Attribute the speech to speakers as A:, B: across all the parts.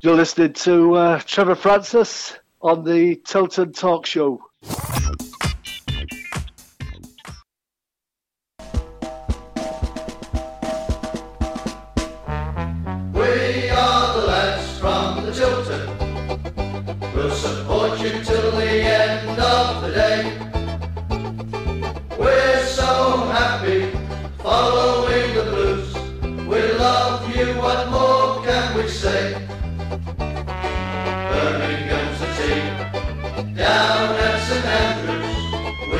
A: You're listening to uh, Trevor Francis on the Tilton Talk Show.
B: We are the lads from the Tilton. We'll support you till the end of the day. We're so happy following the blues. We love you, what more can we say? Birmingham's the team, down at St Andrews.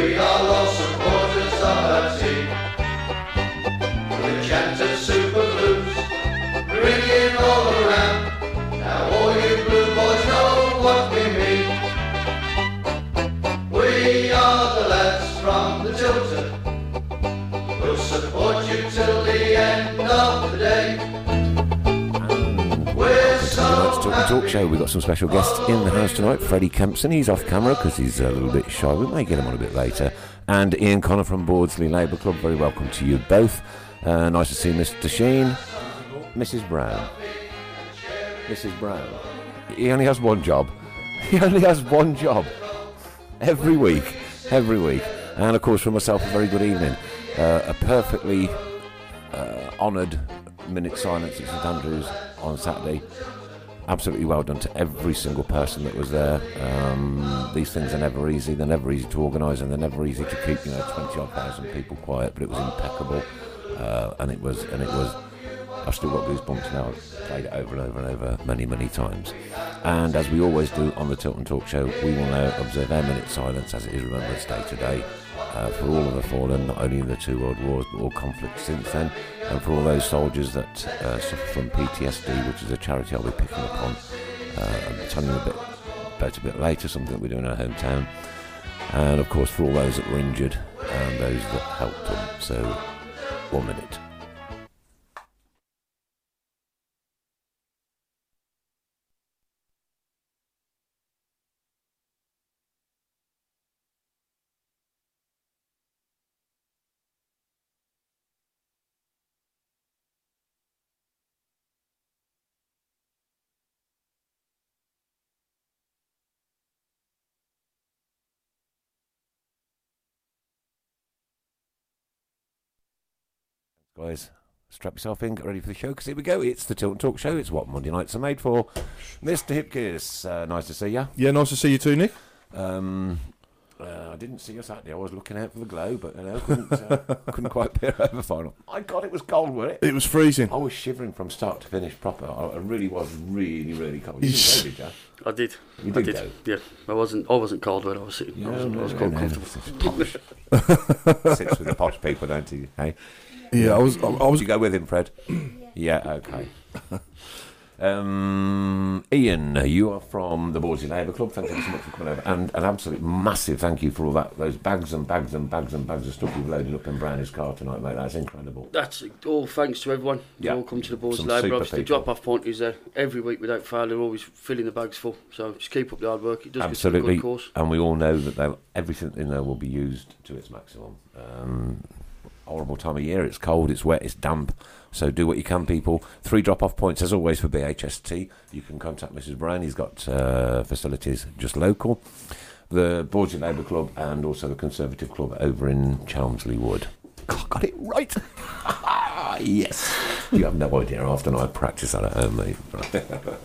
B: We are all supporters of our team. We chant a super blues ringing all around. Now all you blue boys know what we mean. We are the lads from the Tilton. We'll support you till the end of the day. We're
C: Tonight's
B: so
C: Talk, Talk Show. We've got some special guests in the house tonight. Freddie Kempson, he's off camera because he's a little bit shy. We may get him on a bit later. And Ian Connor from Bordsley Labour Club. Very welcome to you both. Uh, nice to see Mr. Sheen. Mrs. Brown. Mrs. Brown. He only has one job. He only has one job. Every week. Every week. And of course, for myself, a very good evening. Uh, a perfectly uh, honoured minute silence at St Andrews on Saturday absolutely well done to every single person that was there. Um, these things are never easy. They're never easy to organise, and they're never easy to keep. You know, twenty odd thousand people quiet, but it was impeccable, uh, and it was and it was. I've still got goosebumps now. I've played it over and over and over many, many times. And as we always do on the Tilton Talk Show, we will now observe our minute silence as it is Remembrance Day today uh, for all of the fallen, not only in the two world wars but all conflicts since then, and for all those soldiers that uh, suffer from PTSD, which is a charity I'll be picking up on uh, and telling you a bit about a bit later, something that we do in our hometown, and of course for all those that were injured and those that helped them. So, one minute. Guys, strap yourself in, get ready for the show, because here we go. It's the Tilt and Talk Show. It's what Monday nights are made for. Mr. Hipkiss, uh, nice to see you.
D: Yeah, nice to see you too, Nick.
C: Um, uh, I didn't see you Saturday. I was looking out for the glow, but you know, couldn't, uh, couldn't quite peer over final. My God, it was cold, wasn't it?
D: It was freezing.
C: I was shivering from start to finish, proper. I, I really was, really, really cold. You didn't go, did you?
E: I did.
C: You
E: I
C: did
E: did.
C: go?
E: Yeah, I wasn't. I wasn't cold when I was sitting. I was, I was quite comfortable.
C: Posh. Sits with the posh people, don't he? Hey,
D: Yeah, I was. I, I
C: would
D: was.
C: you go with him, Fred? yeah, okay. Um, Ian, you are from the Bawdsey Labour Club. Thank you so much for coming over, and an absolute massive thank you for all that those bags and bags and bags and bags of stuff you've loaded up in Brownie's car tonight, mate. That's incredible.
E: That's all thanks to everyone. They
C: Yeah.
E: all come to the boys'
C: Some
E: labour.
C: super
E: Obviously, the
C: people.
E: drop off point is there every week without fail. They're always filling the bags full. So just keep up the hard work. It does
C: Absolutely,
E: Good course.
C: and we all know that they'll- everything in there will be used to its maximum. Um, horrible time of year. It's cold. It's wet. It's damp. So do what you can, people. Three drop-off points, as always, for BHST. You can contact Mrs. Brown. He's got uh, facilities just local, the Borgia Labour Club, and also the Conservative Club over in Chelmsley Wood. God, got it right. Ah, yes. You have no idea how often I practice that at home, mate.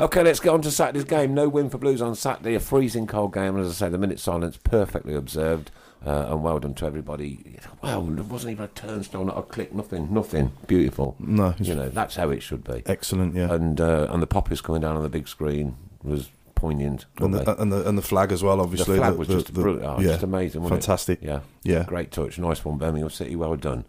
C: Okay, let's get on to Saturday's game. No win for Blues on Saturday. A freezing cold game, and as I say, the minute silence perfectly observed. Uh, and well done to everybody. Wow, there wasn't even a turnstile, not a click, nothing, nothing. Beautiful.
D: No, it's
C: You know, that's how it should be.
D: excellent. Yeah,
C: And uh, and the pop is coming down on the big screen was poignant.
D: And
C: weren't they?
D: the, and the and the flag as well,
C: The
D: obviously.
C: flag was just brilliant. Oh, just amazing. Wasn't
D: fantastic.
C: It? Yeah.
D: Yeah.
C: Great touch. Nice one, Birmingham City. Well done.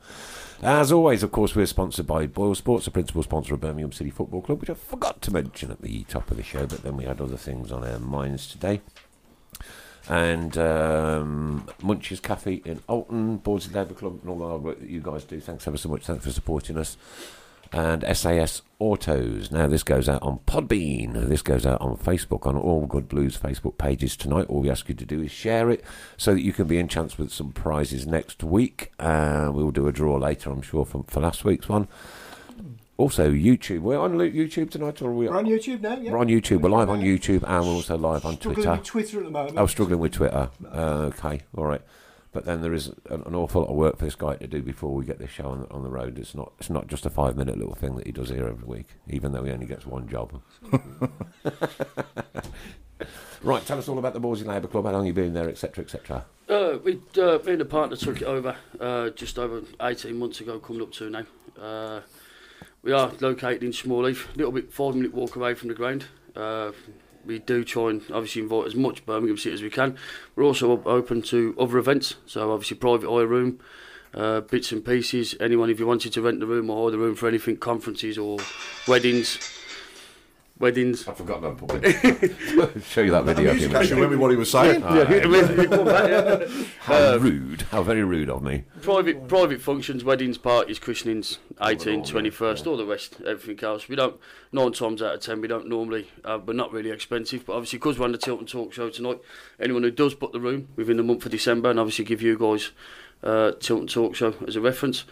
C: As always, of course, we're sponsored by Boyle Sports, the principal sponsor of Birmingham City Football Club, which I forgot to mention at the top of the show, but then we had other things on our minds today. And um, Munch's Cafe in Alton, Boards Labour Club, and all the hard work that you guys do. Thanks ever so much. Thanks for supporting us and SAS Autos. Now, this goes out on Podbean. This goes out on Facebook, on all Good Blues Facebook pages tonight. All we ask you to do is share it so that you can be in chance with some prizes next week. Uh, we'll do a draw later, I'm sure, for, for last week's one. Also, YouTube. We're on Lu- YouTube tonight, or are we
F: We're on YouTube now, yeah?
C: We're on YouTube. We're live on YouTube, and we're also live on
F: Struggling
C: Twitter.
F: with Twitter at the moment.
C: I was struggling with Twitter. Uh, okay, all right. But then there is an, an awful lot of work for this guy to do before we get this show on, on the road. It's not it's not just a five minute little thing that he does here every week, even though he only gets one job. right, tell us all about the Borsey Labour Club. How long you been there, etc., etc.
E: Uh, we, uh, me and a partner took it over uh, just over 18 months ago, coming up to now. Uh, we are located in Smallheath, a little bit five minute walk away from the ground. Uh, we do try and obviously invite as much Birmingham City as we can. We're also op- open to other events, so obviously private hire room, uh, bits and pieces. Anyone, if you wanted to rent the room or hire the room for anything, conferences or weddings, weddings.
C: I forgot about public. Show you that video.
D: Music actually remember what he was saying.
C: How rude! How very rude of me.
E: private private functions, weddings, parties, christenings,
C: Oh,
E: 18, 21st, all the rest, everything else. We don't, nine times out of ten, we don't normally, uh, we're not really expensive, but obviously because we're on the Tilton Talk Show tonight, anyone who does book the room within the month of December, and obviously give you guys uh, Tilton Talk Show as a reference,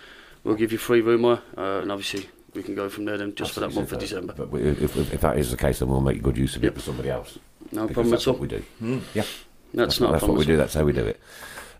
E: we'll give you free room hire, uh, and obviously we can go from there then, just for that month of December.
C: But we- if, if, if that is the case, then we'll make good use of it for somebody else.
E: No
C: because
E: problem
C: that's
E: at all.
C: what we do. Yeah.
E: That's not a
C: that's what
E: problem
C: we
E: at
C: do. That's how we do it.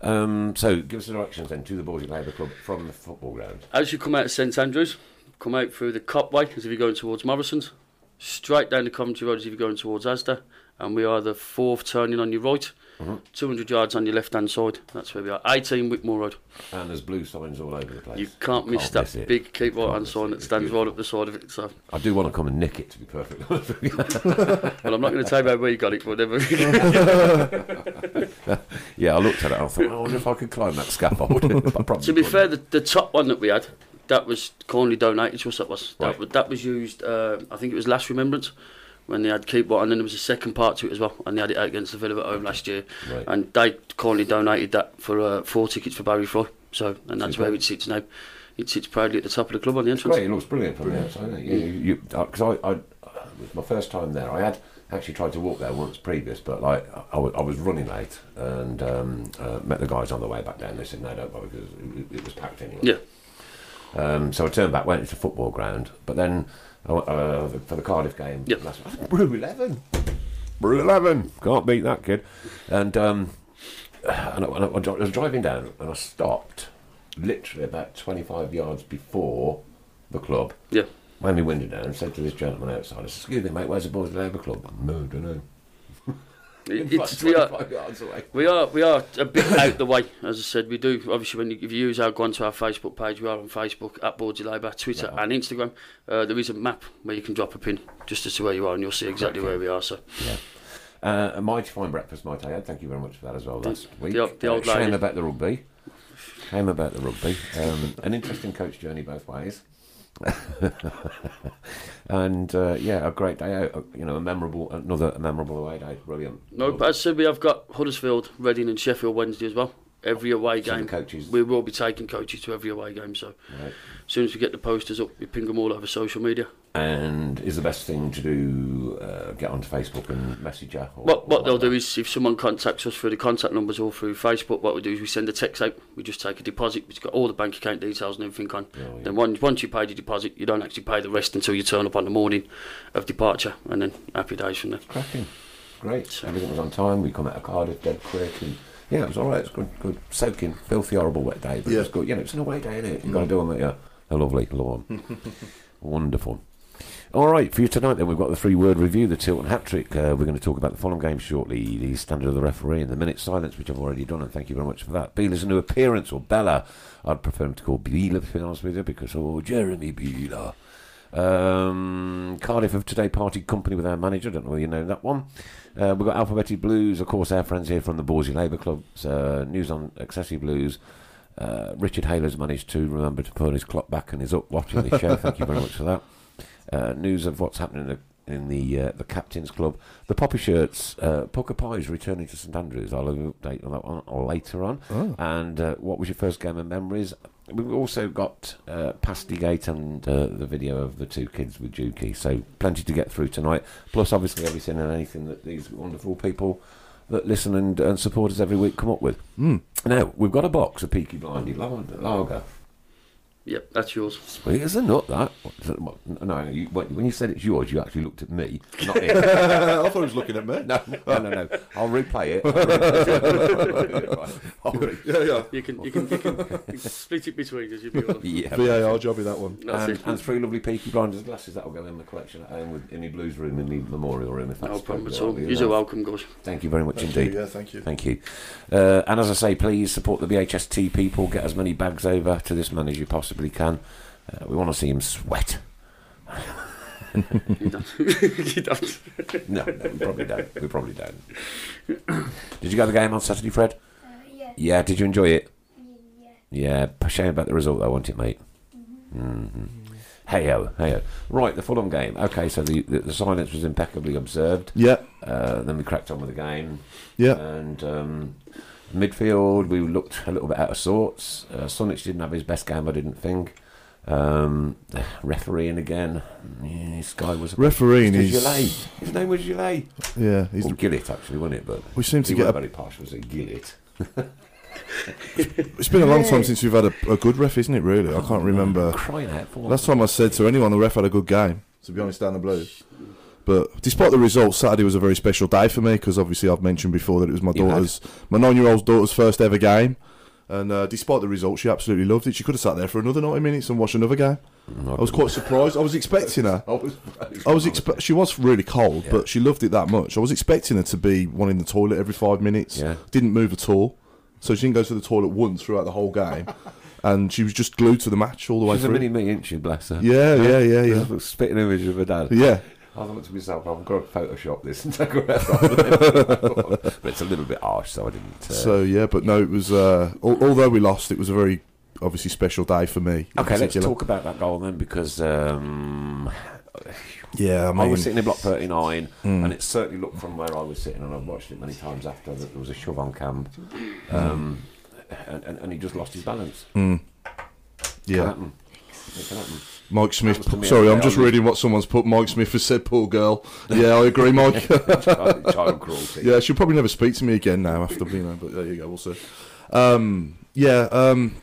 C: Um, so, give us the directions then to the Boys Labour Club from the football ground.
E: As you come out of St Andrews, come out through the Copway as if you're going towards Morrison's, straight down the Coventry Road as if you're going towards Asda, and we are the fourth turning on your right,
C: Uh-huh.
E: 200 yards on your left hand side. That's where we are. 18 Whitmore Road.
C: And there's blue signs all over the place.
E: You can't, miss that
C: it.
E: big
C: Can't
E: keep right hand
C: miss
E: sign
C: it.
E: that
C: It's
E: stands
C: beautiful.
E: right up the side of it. So,
C: I do want to come and nick it, to be perfectly honest with you.
E: well, I'm not going to tell you about where you got it, but never.
C: yeah, I looked at it and I thought, I wonder if I could climb that scaffold. But I probably
E: to be
C: couldn't.
E: fair, the, the top one that we had, that was kindly donated to us. That was
C: Right.
E: that, was that was used. Uh, I think it was last remembrance when they had keep what, and then there was a second part to it as well, and they had it out against the Villa at home last year,
C: Right.
E: and they kindly donated that for uh, four tickets for Barry Fry. So, and that's
C: Superb.
E: where it sits now. It sits proudly at the top of the club on the entrance.
C: Great, it looks brilliant from the outside. doesn't it? Yeah, you, because I, I, it was my first time there. I had actually tried to walk there once previous, but like I, I was- I was running late and um, uh, met the guys on the way back down. They said no, don't bother because it, it was packed anyway.
E: Yeah.
C: Um, so I turned back, went into the football ground, but then I went, uh, for the Cardiff game,
E: Yep.
C: last, I think Brew 11. Brew 11. Can't beat that kid. And, um, and, I, and I, I was driving down and I stopped literally about 25 yards before the club.
E: Yeah.
C: Wound my window down and said to this gentleman outside, I said, Excuse me, mate, where's the Boys Labour Club? No, don't know.
E: It- it's, we are,
C: yards away.
E: We are we are a bit out the way, as I said. We do obviously when you, if you use our go onto our Facebook page, we are on Facebook at Boards of Labour, Twitter and Instagram. Uh, there is a map where you can drop a pin just as to where you are, and you'll see exactly where we are. So
C: Uh, a mighty fine breakfast, might I add. Thank you very much for that as well last week.
E: the old- the old
C: Uh, shame
E: lady.
C: about the rugby. Shame about the rugby. Um, an interesting coach journey both ways. and uh, yeah, a great day out. uh, You know, a memorable, another memorable away day. Brilliant.
E: no, but as I said, we have got Huddersfield, Reading, and Sheffield Wednesday as well. Every away
C: So the
E: game,
C: coaches-
E: we will be taking coaches to every away game. So
C: Right.
E: as soon as we get the posters up, we ping them all over social media.
C: And is the best thing to do uh, get onto Facebook and message her. Or,
E: What,
C: or
E: what they'll do
C: whatnot?
E: is if someone contacts us through the contact numbers or through Facebook, what we do is we send a text out. We just take a deposit. We've got all the bank account details and everything on.
C: Oh, yeah.
E: Then once once you pay the deposit, you don't actually pay the rest until you turn up on the morning of departure, and then happy days from there.
C: cracking. Great. Everything was on time. We come out of Cardiff dead quick, and yeah, it was all right. It was good, good soaking, filthy, horrible wet day, but it
D: Yeah.
C: was good. You know, it's an away day, innit? You've got to do on that. Yeah, a lovely lawn. Wonderful. All right, for you tonight, then we've got the three-word review, the Tilton hat trick. Uh, we're going to talk about the Fulham game shortly, the standard of the referee, and the minute silence, which I've already done, and thank you very much for that. Beeler's new appearance, or Bella, I'd prefer him to call Beeler, to be honest with you, because oh, Jeremy Beeler. Um, Cardiff of Today Party Company with our manager. Don't know whether you know that one. Uh, we've got Alphabetti Blues, of course, our friends here from the Borsey Labour Club. Uh, news on Accessi Blues. Uh, Richard Haylor's managed to remember to put his clock back and is up watching this show. Thank you very much for that. Uh, news of what's happening in the in the, uh, the captain's club. The poppy shirts, uh, Pucker Pies returning to St Andrews. I'll have an update on that one later on. And uh, what was your first game of memories? We've also got uh, Pastygate and uh, the video of the two kids with Juki. So plenty to get through tonight. Plus, obviously, everything and anything that these wonderful people that listen and, and support us every week come up with. Now, we've got a box of Peaky Blindy lager.
E: Yep, that's yours.
C: Well, it's a nut that. What- what- No, you, when when you said it's yours, you actually looked at me, not it.
D: I thought he was looking at me.
C: no, no, no, no. I'll replay it. I'll replay it. Right. I'll re-
D: Yeah, yeah.
E: You can you can, you can, you can split it between us. You'll be all right.
C: yeah.
D: VAR jobby that one.
E: That's
C: And,
E: it.
C: and three lovely Peaky Blinders glasses that'll go in the collection at home with, in the Blues room in the Memorial room if that's
E: No problem at
C: appropriate,
E: all.
C: you
E: You're
C: know.
E: welcome, guys.
C: Thank you very much
D: Thank
C: indeed.
D: you, yeah, thank you.
C: Thank you. Uh, and as I say, please support the BHST people. Get as many bags over to this man as you possibly can. Uh, we want to see him sweat.
E: You don't. you don't.
C: No, no, we probably don't. We probably don't. did you go to the game on Saturday, Fred?
F: yeah.
C: Yeah. Did you enjoy it?
F: Yeah.
C: Yeah. p- Shame about the result, though, wasn't it, mate? Mm-hmm. Hey ho, hey ho. Right, the Fulham game. Okay, so the, the, the silence was impeccably observed.
D: Yeah,
C: Uh, then we cracked on with the game.
D: yeah.
C: And um, midfield, we looked a little bit out of sorts. Uh, Sonic didn't have his best game, I didn't think. Um, refereeing again. Mm, Yeah, this guy was.
D: Refereeing
C: Mr.
D: is.
C: Gillet. His name was Gillet.
D: Yeah, he's.
C: Or Gillett, actually, wasn't it? But
D: We seem to
C: he
D: get
C: weren't
D: a-
C: very partial to Gillett.
D: It's been a long time since we've had a, a good ref, isn't it? Really, I can't remember.
C: Crying out for
D: Last time I said to anyone, the ref had a good game. To be honest, down the blue. But despite the results, Saturday was a very special day for me because obviously I've mentioned before that it was my
C: You had.
D: daughter's, my nine-year-old's daughter's first ever game, and uh, despite the results, she absolutely loved it. She could have sat there for another ninety minutes and watched another game. I was quite surprised. I was expecting her.
C: Mm, I was.
D: I was expe- she was really cold, but she loved it that much. I was expecting her to be one in the toilet every five minutes.
C: Yeah.
D: Didn't move at all. So she didn't go to the toilet once throughout the whole game. and she was just glued to the match all the way
C: She's a
D: through.
C: mini me, isn't she? Bless her.
D: yeah, yeah, yeah, yeah.
C: She's a spitting image of her dad.
D: Yeah.
C: I thought to myself, I've got to Photoshop this and take away from it. But it's a little bit harsh, so I didn't. Uh,
D: So yeah, but no, it was uh, al- although we lost, it was a very obviously special day for me. in
C: okay, let's
D: particular.
C: talk about that goal then, because um,
D: Yeah, I
C: I
D: mean,
C: was sitting in block 39,
D: Hmm.
C: and it certainly looked from where I was sitting, and I've watched it many times after that there was a shove on cam, um, and, and, and he just lost his balance.
D: Hmm.
C: It can
D: yeah,
C: happen. It can happen.
D: Mike
C: That
D: Smith.
C: was to me
D: Sorry,
C: a
D: I'm
C: day
D: just
C: on-
D: reading what someone's put. Mike Smith has said, "Poor girl." Yeah, I agree, Mike.
C: child, child cruelty.
D: Yeah, she'll probably never speak to me again now after you know. But there you go, we'll see. Um, yeah, um,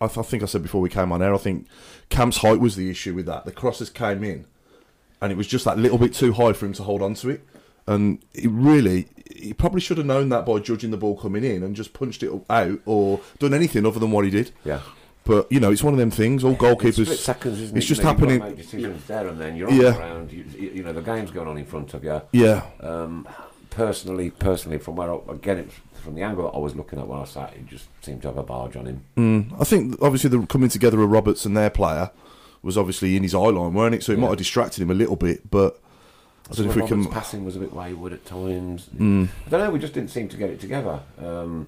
D: I, th- I think I said before we came on air. I think Camp's height was the issue with that. The crosses came in, and it was just that little bit too high for him to hold on to it. And it really, he probably should have known that by judging the ball coming in and just punched it out or done anything other than what he did.
C: Yeah.
D: But you know, it's one of them things. All
C: It's
D: goalkeepers,
C: split seconds, isn't it?
D: it's just
C: you know, you've got to
D: happening.
C: make decisions there and then. You're on
D: Yeah.
C: the ground. You, you you know the game's going on in front of you.
D: yeah,
C: Um, personally, personally, from where I, again, it's from the angle that I was looking at when I sat, it just seemed to have a barge on him.
D: I think obviously the coming together of Roberts and their player was obviously in his eye line, weren't it? So it might have distracted him a little bit, but I don't know if we
C: Roberts'
D: can. Hmm.
C: passing was a bit wayward at times. I don't know. We just didn't seem to get it together. Um,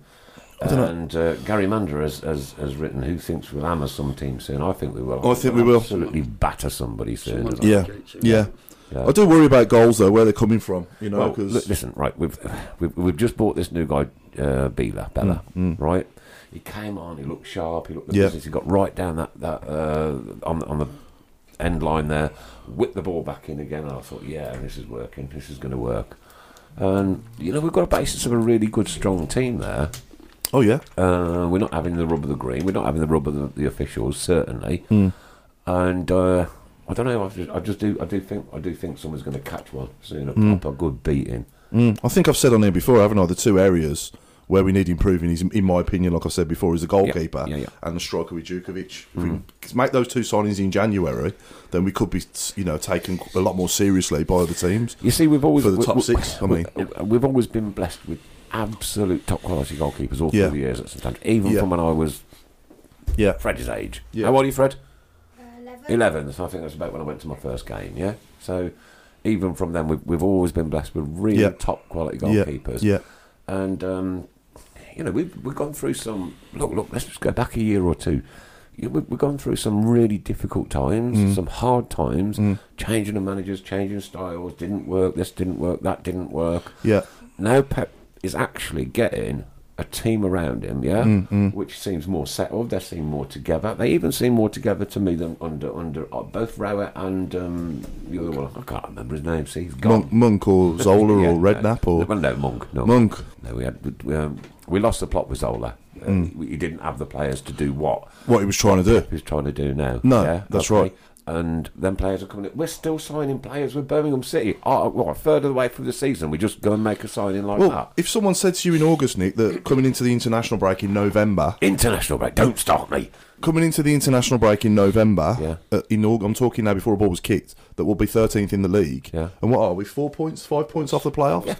C: and uh, Gary Mander has, has, has written, "Who thinks we'll hammer some team soon?" I think we will.
D: I think we will.
C: absolutely batter somebody soon.
E: Someone-
D: Yeah, yeah.
C: Yeah.
D: I do worry about goals though, where they're coming from. You know,
C: Well,
D: 'cause-
C: look, listen, right, we've, we've we've just bought this new guy, uh,
D: Mm,
C: Bela, Bella, right? He came on, he looked sharp, he looked the
D: Yeah.
C: business, he got right down that that uh, on on the end line there, whipped the ball back in again, and I thought, yeah, this is working, this is going to work. And you know, we've got a basis of a really good, strong team there.
D: oh yeah,
C: Uh, we're not having the rub of the green. We're not having the rub of the, the officials, certainly.
D: Hmm.
C: And uh, I don't know. I just, I just do. I do think. I do think someone's going to catch one soon. A
D: Hmm.
C: proper good beating.
D: Mm, I think I've said on here before, haven't I? The two areas where we need improving is, in my opinion, like I said before, is the goalkeeper
C: yeah, Hmm. yeah.
D: and the striker with Djukovic. If we c- make those two signings in January, then we could be, you know, taken a lot more seriously by other teams.
C: You see, we've always
D: For the
C: we-
D: top
C: we-
D: six, I
C: we- uh,
D: mean.
C: we've always been blessed with absolute top quality goalkeepers all
D: Yeah.
C: through the years at St Andrews. Even
D: Yeah.
C: from when I was
D: Yeah,
C: Fred's age.
D: Yeah.
C: How old are you, Fred?
F: Uh, 11. Eleven.
C: 11, so I think that's about when I went to my first game, yeah? So even from then, we've, we've always been blessed with really
D: Yeah.
C: top quality
D: yeah,
C: goalkeepers.
D: yeah.
C: And, um, you know, we've, we've gone through some. Look, look, let's just go back a year or two. You- we- We've gone through some really difficult times,
D: Mm.
C: some hard times, changing the managers, changing styles, didn't work, this didn't work, that didn't work.
D: Yeah.
C: Now Pep is actually getting a team around him, yeah,
D: Mm,
C: which seems more settled. They seem more together. They even seem more together to me than under under uh, both Rower and um, the other one. I can't remember his name. See, he's gone.
D: Monk, Monk or Zola
C: Yeah,
D: or Redknapp
C: uh,
D: or
C: well, no Monk. No,
D: Monk.
C: No, we had we, um, we lost the plot with Zola. Uh,
D: Mm.
C: we- He didn't have the players to do what
D: what he was trying to do.
C: he's trying to do now.
D: No, that's right.
C: And then players are coming. in. We're still signing players with Birmingham City. Oh, well, a third of the way through the season, we just go and make a signing like
D: Well,
C: that.
D: if someone said to you in August, Nick, that coming into the international break in November,
C: International break. Don't start me.
D: coming into the international break in November,
C: Yeah.
D: uh, in Aug- I'm talking now before a ball was kicked, that we'll be 13th in the league.
C: Yeah.
D: And what are we? Four points, five points off the playoffs?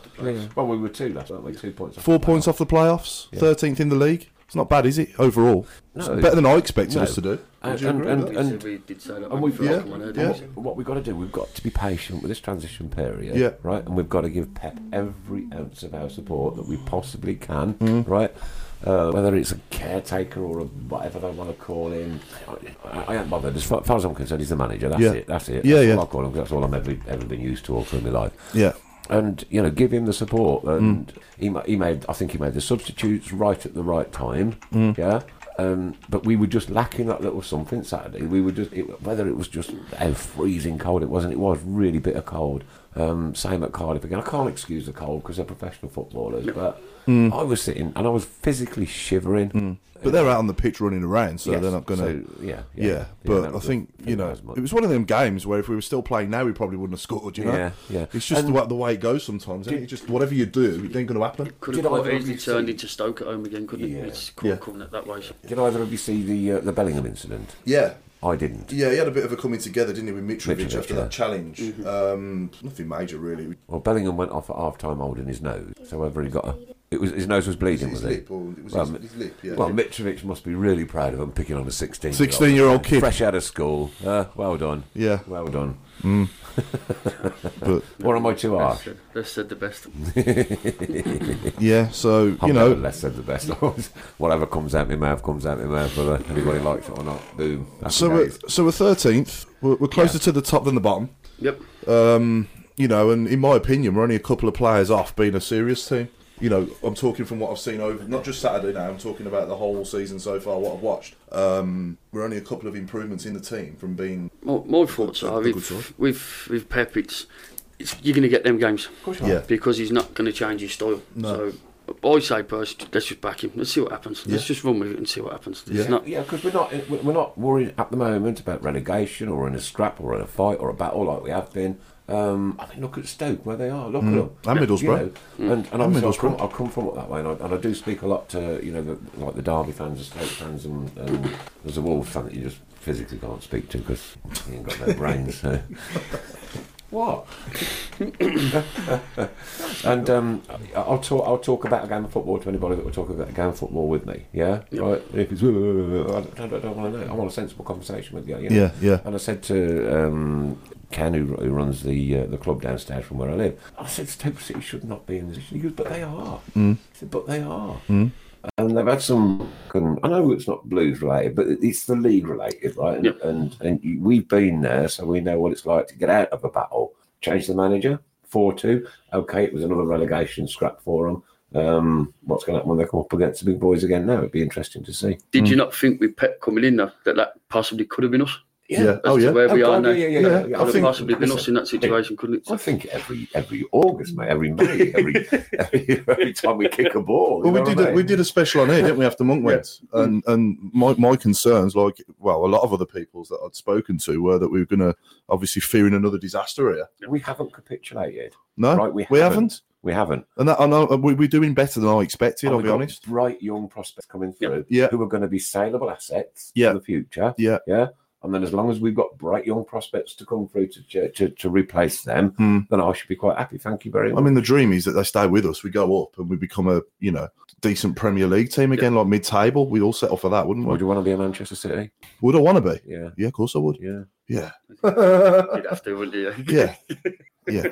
C: Well, we were two last, weren't we? Two points. off
D: Four
C: the
D: points off the playoffs, 13th in the league. It's not bad, is it? Overall,
C: No.
D: it's better than I expected
C: No.
D: us to do.
C: And-
D: Would you
C: and-
D: agree with
C: and-
D: that?
E: He said we did say that.
C: And
E: when
C: we've
E: we
D: yeah,
E: first come on air,
D: yeah.
E: eh, didn't we?
C: playoff. What we've got to do, we've got to be patient with this transition period,
D: Yeah.
C: right? And we've got to give Pep every ounce of our support that we possibly can,
D: Hmm.
C: right? Uh, whether it's a caretaker or a whatever they want to call him, I, I ain't bothered. As far, far as I'm concerned, he's the manager. That's
D: Yeah.
C: it. That's it.
D: Yeah,
C: that's
D: yeah.
C: All I call him. 'cause That's all I've ever, ever been used to all through my life.
D: yeah.
C: and you know give him the support
D: Mm.
C: and he, ma- he made i think he made the substitutes right at the right time
D: Mm.
C: yeah um, but we were just lacking that little something saturday we were just it, whether it was just how freezing cold it was and it was really bitter cold um, same at cardiff again i can't excuse the cold because they're professional footballers but
D: Mm.
C: i was sitting and i was physically shivering
D: But they're out on the pitch running around, Mm. so
C: Yes,
D: they're not going to.
C: so, yeah,
D: yeah,
C: they're
D: but
C: not
D: I
C: gonna
D: think you know
C: as much.
D: it was one of them games where if we were still playing now, we probably wouldn't have scored. You know,
C: Yeah, yeah.
D: It's just
C: And-
D: the, way, the way it goes sometimes. Isn't it? It's just whatever you do, it ain't going to happen.
E: Could
C: Did
E: have quite
C: either of
E: easily
C: you
E: turned
C: see-
E: into Stoke at home again, couldn't
C: Yeah.
E: it? It's quite
D: Yeah.
E: coming it that way. so-
C: did either of you see the uh, the bellingham incident
D: Yeah,
C: i didn't
D: yeah. He had a bit of a coming together, didn't he, with Mitrovic,
C: Mitrovic,
D: after
C: yeah.
D: that challenge? Um, nothing major really.
C: Well, Bellingham went off at half time holding his nose. So whether he got a, it was his nose was bleeding,
D: his
C: was, it?
D: lip or- it was his- his lip, yeah.
C: Well, Mitrovic must be really proud of him picking on a sixteen.
D: 16-year-old kid.
C: fresh out of school. Uh, well done.
D: Yeah. Mm.
C: well done.
D: But
C: Or am I too harsh?
E: Said- They said the best.
D: yeah, so
C: I've
D: you
C: never
D: know,
C: less said the best. Whatever comes out my mouth comes out my mouth, whether anybody likes it or not. Boom. That's
D: so
C: the
D: we're,
C: case.
D: so we're thirteenth. We're, we're closer to the top than the bottom.
E: Yep.
D: you know, and in my opinion, we're only a couple of players off being a serious team. You know, I'm talking from what I've seen over not just Saturday now. I'm talking about the whole season so far, what I've watched. Um, we're only a couple of improvements in the team from being.
E: My, my thoughts
D: Good-
E: are
D: good choice.
E: with, with with Pep, it's, it's you're going to get them games.
D: you are. Yeah.
E: Because he's not going to change his style.
D: No.
E: So I say, first, let's just back him. Let's see what happens. Let's just run with it and see what happens. It's
D: Yeah. Mm.
E: not.
C: Yeah, because we're not we're not worried at the moment about relegation or in a scrap or in a fight or a battle like we have been. Um, I mean, look at Stoke where they are. Look at them.
D: Mm. And Middlesbrough.
C: You
E: Mm.
C: know, and and, obviously
D: Middlesbrough.
C: I come, I come from up that way, and I, and I do speak a lot to you know the, like the Derby fans, the Stoke fans, and, and there's a Wolves fan that you just physically can't speak to because you ain't got no brains. So. What? and um, I- I'll talk. I'll talk about a game of football to anybody that will talk about a game of football with me. Yeah, right. If it's, I don't, I don't, want to know. I want a sensible conversation with you. you know?
D: Yeah, yeah.
C: And I said to um, Ken, who, who runs the uh, the club downstairs from where I live, I said Stoke City should not be in this. He goes, but they are.
D: Mm.
C: I said, but they are. And they've had some. I know it's not blues related, but it's the league related, right? And,
E: Yep.
C: and and you- we've been there, so we know what it's like to get out of a battle. Change the manager, four two. Okay, it was another relegation scrap for them. Um, what's going to happen when they come up against the big boys again? Now it'd be interesting to see.
E: Did you not think with Pep coming in though, that that possibly could have been us?
D: Yeah.
E: As
D: Oh
E: to
D: yeah.
E: Where we
C: Oh,
E: are
C: God,
E: now.
C: yeah, yeah, yeah, yeah. I
E: Could have
C: think-
E: possibly been us in that situation, couldn't it?
C: I think every every August, mate, every May, every every, every time we kick a ball. you
D: Well, we
C: know what
D: did.
C: I
D: A,
C: mean?
D: we did a special on here, didn't we? After Monkwent, and and my, my concerns, like well, a lot of other people's that I'd spoken to, were that we were going to obviously fearing another disaster here.
C: We haven't capitulated.
D: No,
C: Right, we
D: we
C: haven't.
D: haven't.
C: We haven't.
D: And that, I know we, we're doing better than I expected.
C: And
D: I'll
C: we've
D: be
C: got
D: honest.
C: Bright young prospects coming through
D: Yeah.
C: who are going to be saleable assets
D: Yeah.
C: for the future.
D: Yeah.
C: Yeah. And then as long as we've got bright young prospects to come through to to, to, to replace them,
D: Hmm.
C: then I should be quite happy. Thank you very
D: I
C: much.
D: mean, the dream is that they stay with us. We go up and we become a you know decent Premier League team again, like mid-table. We'd all settle for that, wouldn't we?
C: Would you want to be a Manchester City?
D: Would I want to be?
C: Yeah,
D: Yeah, of course I would.
C: yeah.
D: Yeah,
E: You'd have to, wouldn't you?
D: yeah, yeah.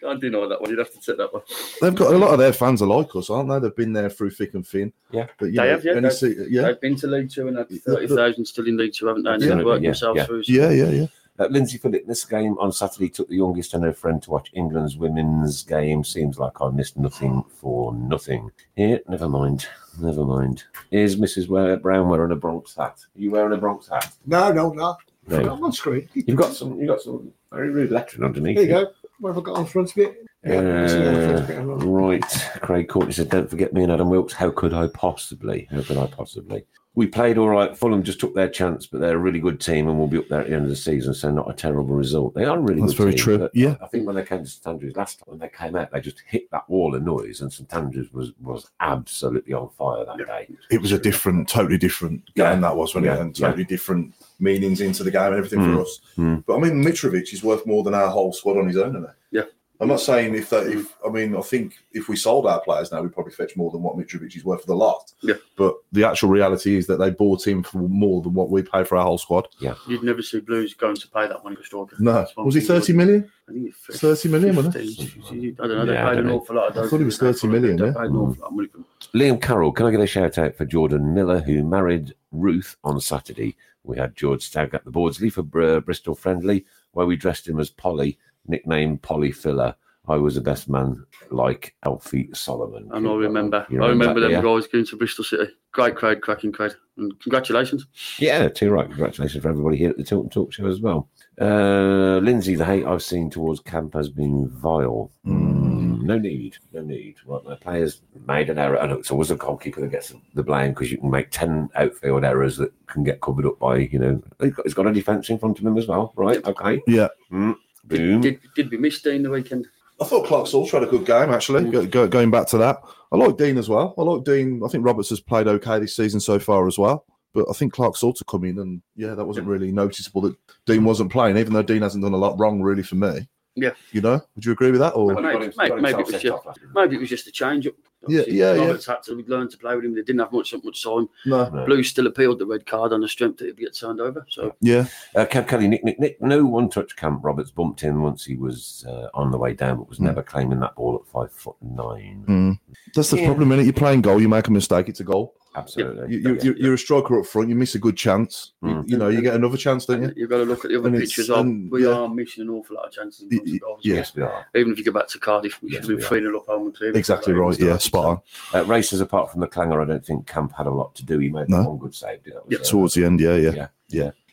E: Can't deny that one. You'd have to take that one.
D: They've got a lot of their fans are like us, aren't they? They've been there through thick and thin.
C: Yeah.
D: but you
E: They
D: know,
E: have, yeah,
D: any
E: they-
D: se- yeah,
E: They've been to League Two and had
D: Yeah.
E: 30,000 still in League Two, haven't they? And
C: Absolutely,
E: they've worked
C: yeah,
E: themselves
C: yeah.
E: through.
D: yeah, yeah, yeah.
C: Uh, Lindsay Phillip, this game on Saturday took the youngest and her friend to watch England's women's game. Seems like I missed nothing for nothing. Here, never mind. Never mind. Here's Mrs. Ware- Brown wearing a Bronx hat. Are you wearing a Bronx hat?
F: No, no, no.
C: No.
F: Got one screen.
C: You've got some. You've got some very rude lettering underneath.
F: There you go. What have I got on front of it? Yeah, that's another front of it.
C: Uh,
F: hang on.
C: right, Craig Courtney said, "Don't forget me and Adam Wilkes. How could I possibly? How could I possibly? We played all right. Fulham just took their chance, but they're a really good team, and we'll be up there at the end of the season. So not a terrible result. They are a really.
D: That's
C: good
D: very
C: team,
D: true,
C: but
D: yeah.
C: I think when they came to St Andrews last time, when they came out, they just hit that wall of noise, and St Andrews was was absolutely on fire that day.
D: It was a different, totally different game
C: Yeah.
D: that was, when it
C: Yeah,
D: and totally different meanings into the game and everything for us.
C: Mm.
D: But I mean, Mitrovic is worth more than our whole squad on his own, isn't he?
E: Yeah.
D: I'm not saying if that if I mean I think if we sold our players now we probably fetch more than what Mitrovic is worth for the lot.
E: Yeah.
D: But the actual reality is that they bought him for more than what we paid for our whole squad.
E: You'd never see Blues going to pay that one for Stalker.
D: No.
E: That's one
D: Was he
E: thing you
D: 30
E: wouldn't-
D: million?
E: I think it's
D: 30 million, wasn't it?
E: 15. I don't know. They
C: Yeah, I
E: paid
C: don't
E: an
C: know.
E: awful lot. of
D: I
E: those
D: thought it was
E: people.
D: 30 million,
E: They
D: yeah.
E: paid an awful lot of money for them.
C: Liam Carroll, can I get a shout out for Jordan Miller, who married Ruth on Saturday? We had George Stagg at the Bordsley for Br- Bristol Friendly, where we dressed him as Polly, nicknamed Polly Filler. I was the best man, like Alfie Solomon.
E: And I remember,
C: You
E: I remember them
C: that,
E: guys going to Bristol City. Great crowd, cracking crowd. And congratulations.
C: Yeah, yeah too right. Congratulations for everybody here at the Tilton Talk Show as well. Uh, Lindsay, the hate I've seen towards camp has been vile. Mm, No need, no need. Right, my players made an error, and it's always a goalkeeper that gets the blame because you can make ten outfield errors that can get covered up by you know he's got, he's got a defence in front of him as well, right? Okay, Mm,
D: Yeah. Mm.
C: boom.
E: Did, did we miss Dean the weekend?
D: I thought Clark Saul had a good game actually. Go, go, going back to that, I like Dean as well. I like Dean. I think Roberts has played okay this season so far as well. But I think Clark Saul to come in and yeah, that wasn't really noticeable that Dean wasn't playing, even though Dean hasn't done a lot wrong really for me.
E: Yeah.
D: you know, would you agree with that? Or
E: Mate, mate, maybe it was you. Maybe it was just a change up.
D: Yeah,
E: Obviously,
D: yeah, yeah.
E: Roberts had to learn to play with him. They didn't have much much time.
D: no?
C: No.
E: Blues still appealed the red card on the strength that he'd get turned over. So
D: Yeah,
C: Uh, Kev Kelly, Nick, Nick, Nick, no one touch camp. Roberts bumped in once he was uh, on the way down, but was
D: Mm.
C: never claiming that ball at five foot nine.
D: Mm. that's the
C: Yeah.
D: problem. Minute you're playing goal, you make a mistake, it's a goal.
C: Absolutely.
D: You, you, you, you're a striker up front, you miss a good chance. You,
C: Mm.
D: you know, you get another chance, don't you?
E: you've got to look at the other
D: And it's-
E: pictures. Of,
D: and-
E: we
D: yeah.
E: are missing an awful lot of chances.
D: Y-
E: In front of
D: y-
E: goals.
D: yeah.
C: Yes, we are.
E: Even if you go back to Cardiff, we
C: Yes,
E: should have
C: we
E: been
C: are.
E: 3 0 up home and clear.
D: Exactly right. Yeah, spot on.
C: Uh, races apart from the clanger, I don't think Camp had a lot to do. He made
D: No.
C: one good save. That was,
E: Yeah.
C: uh,
D: Towards the end, yeah, yeah.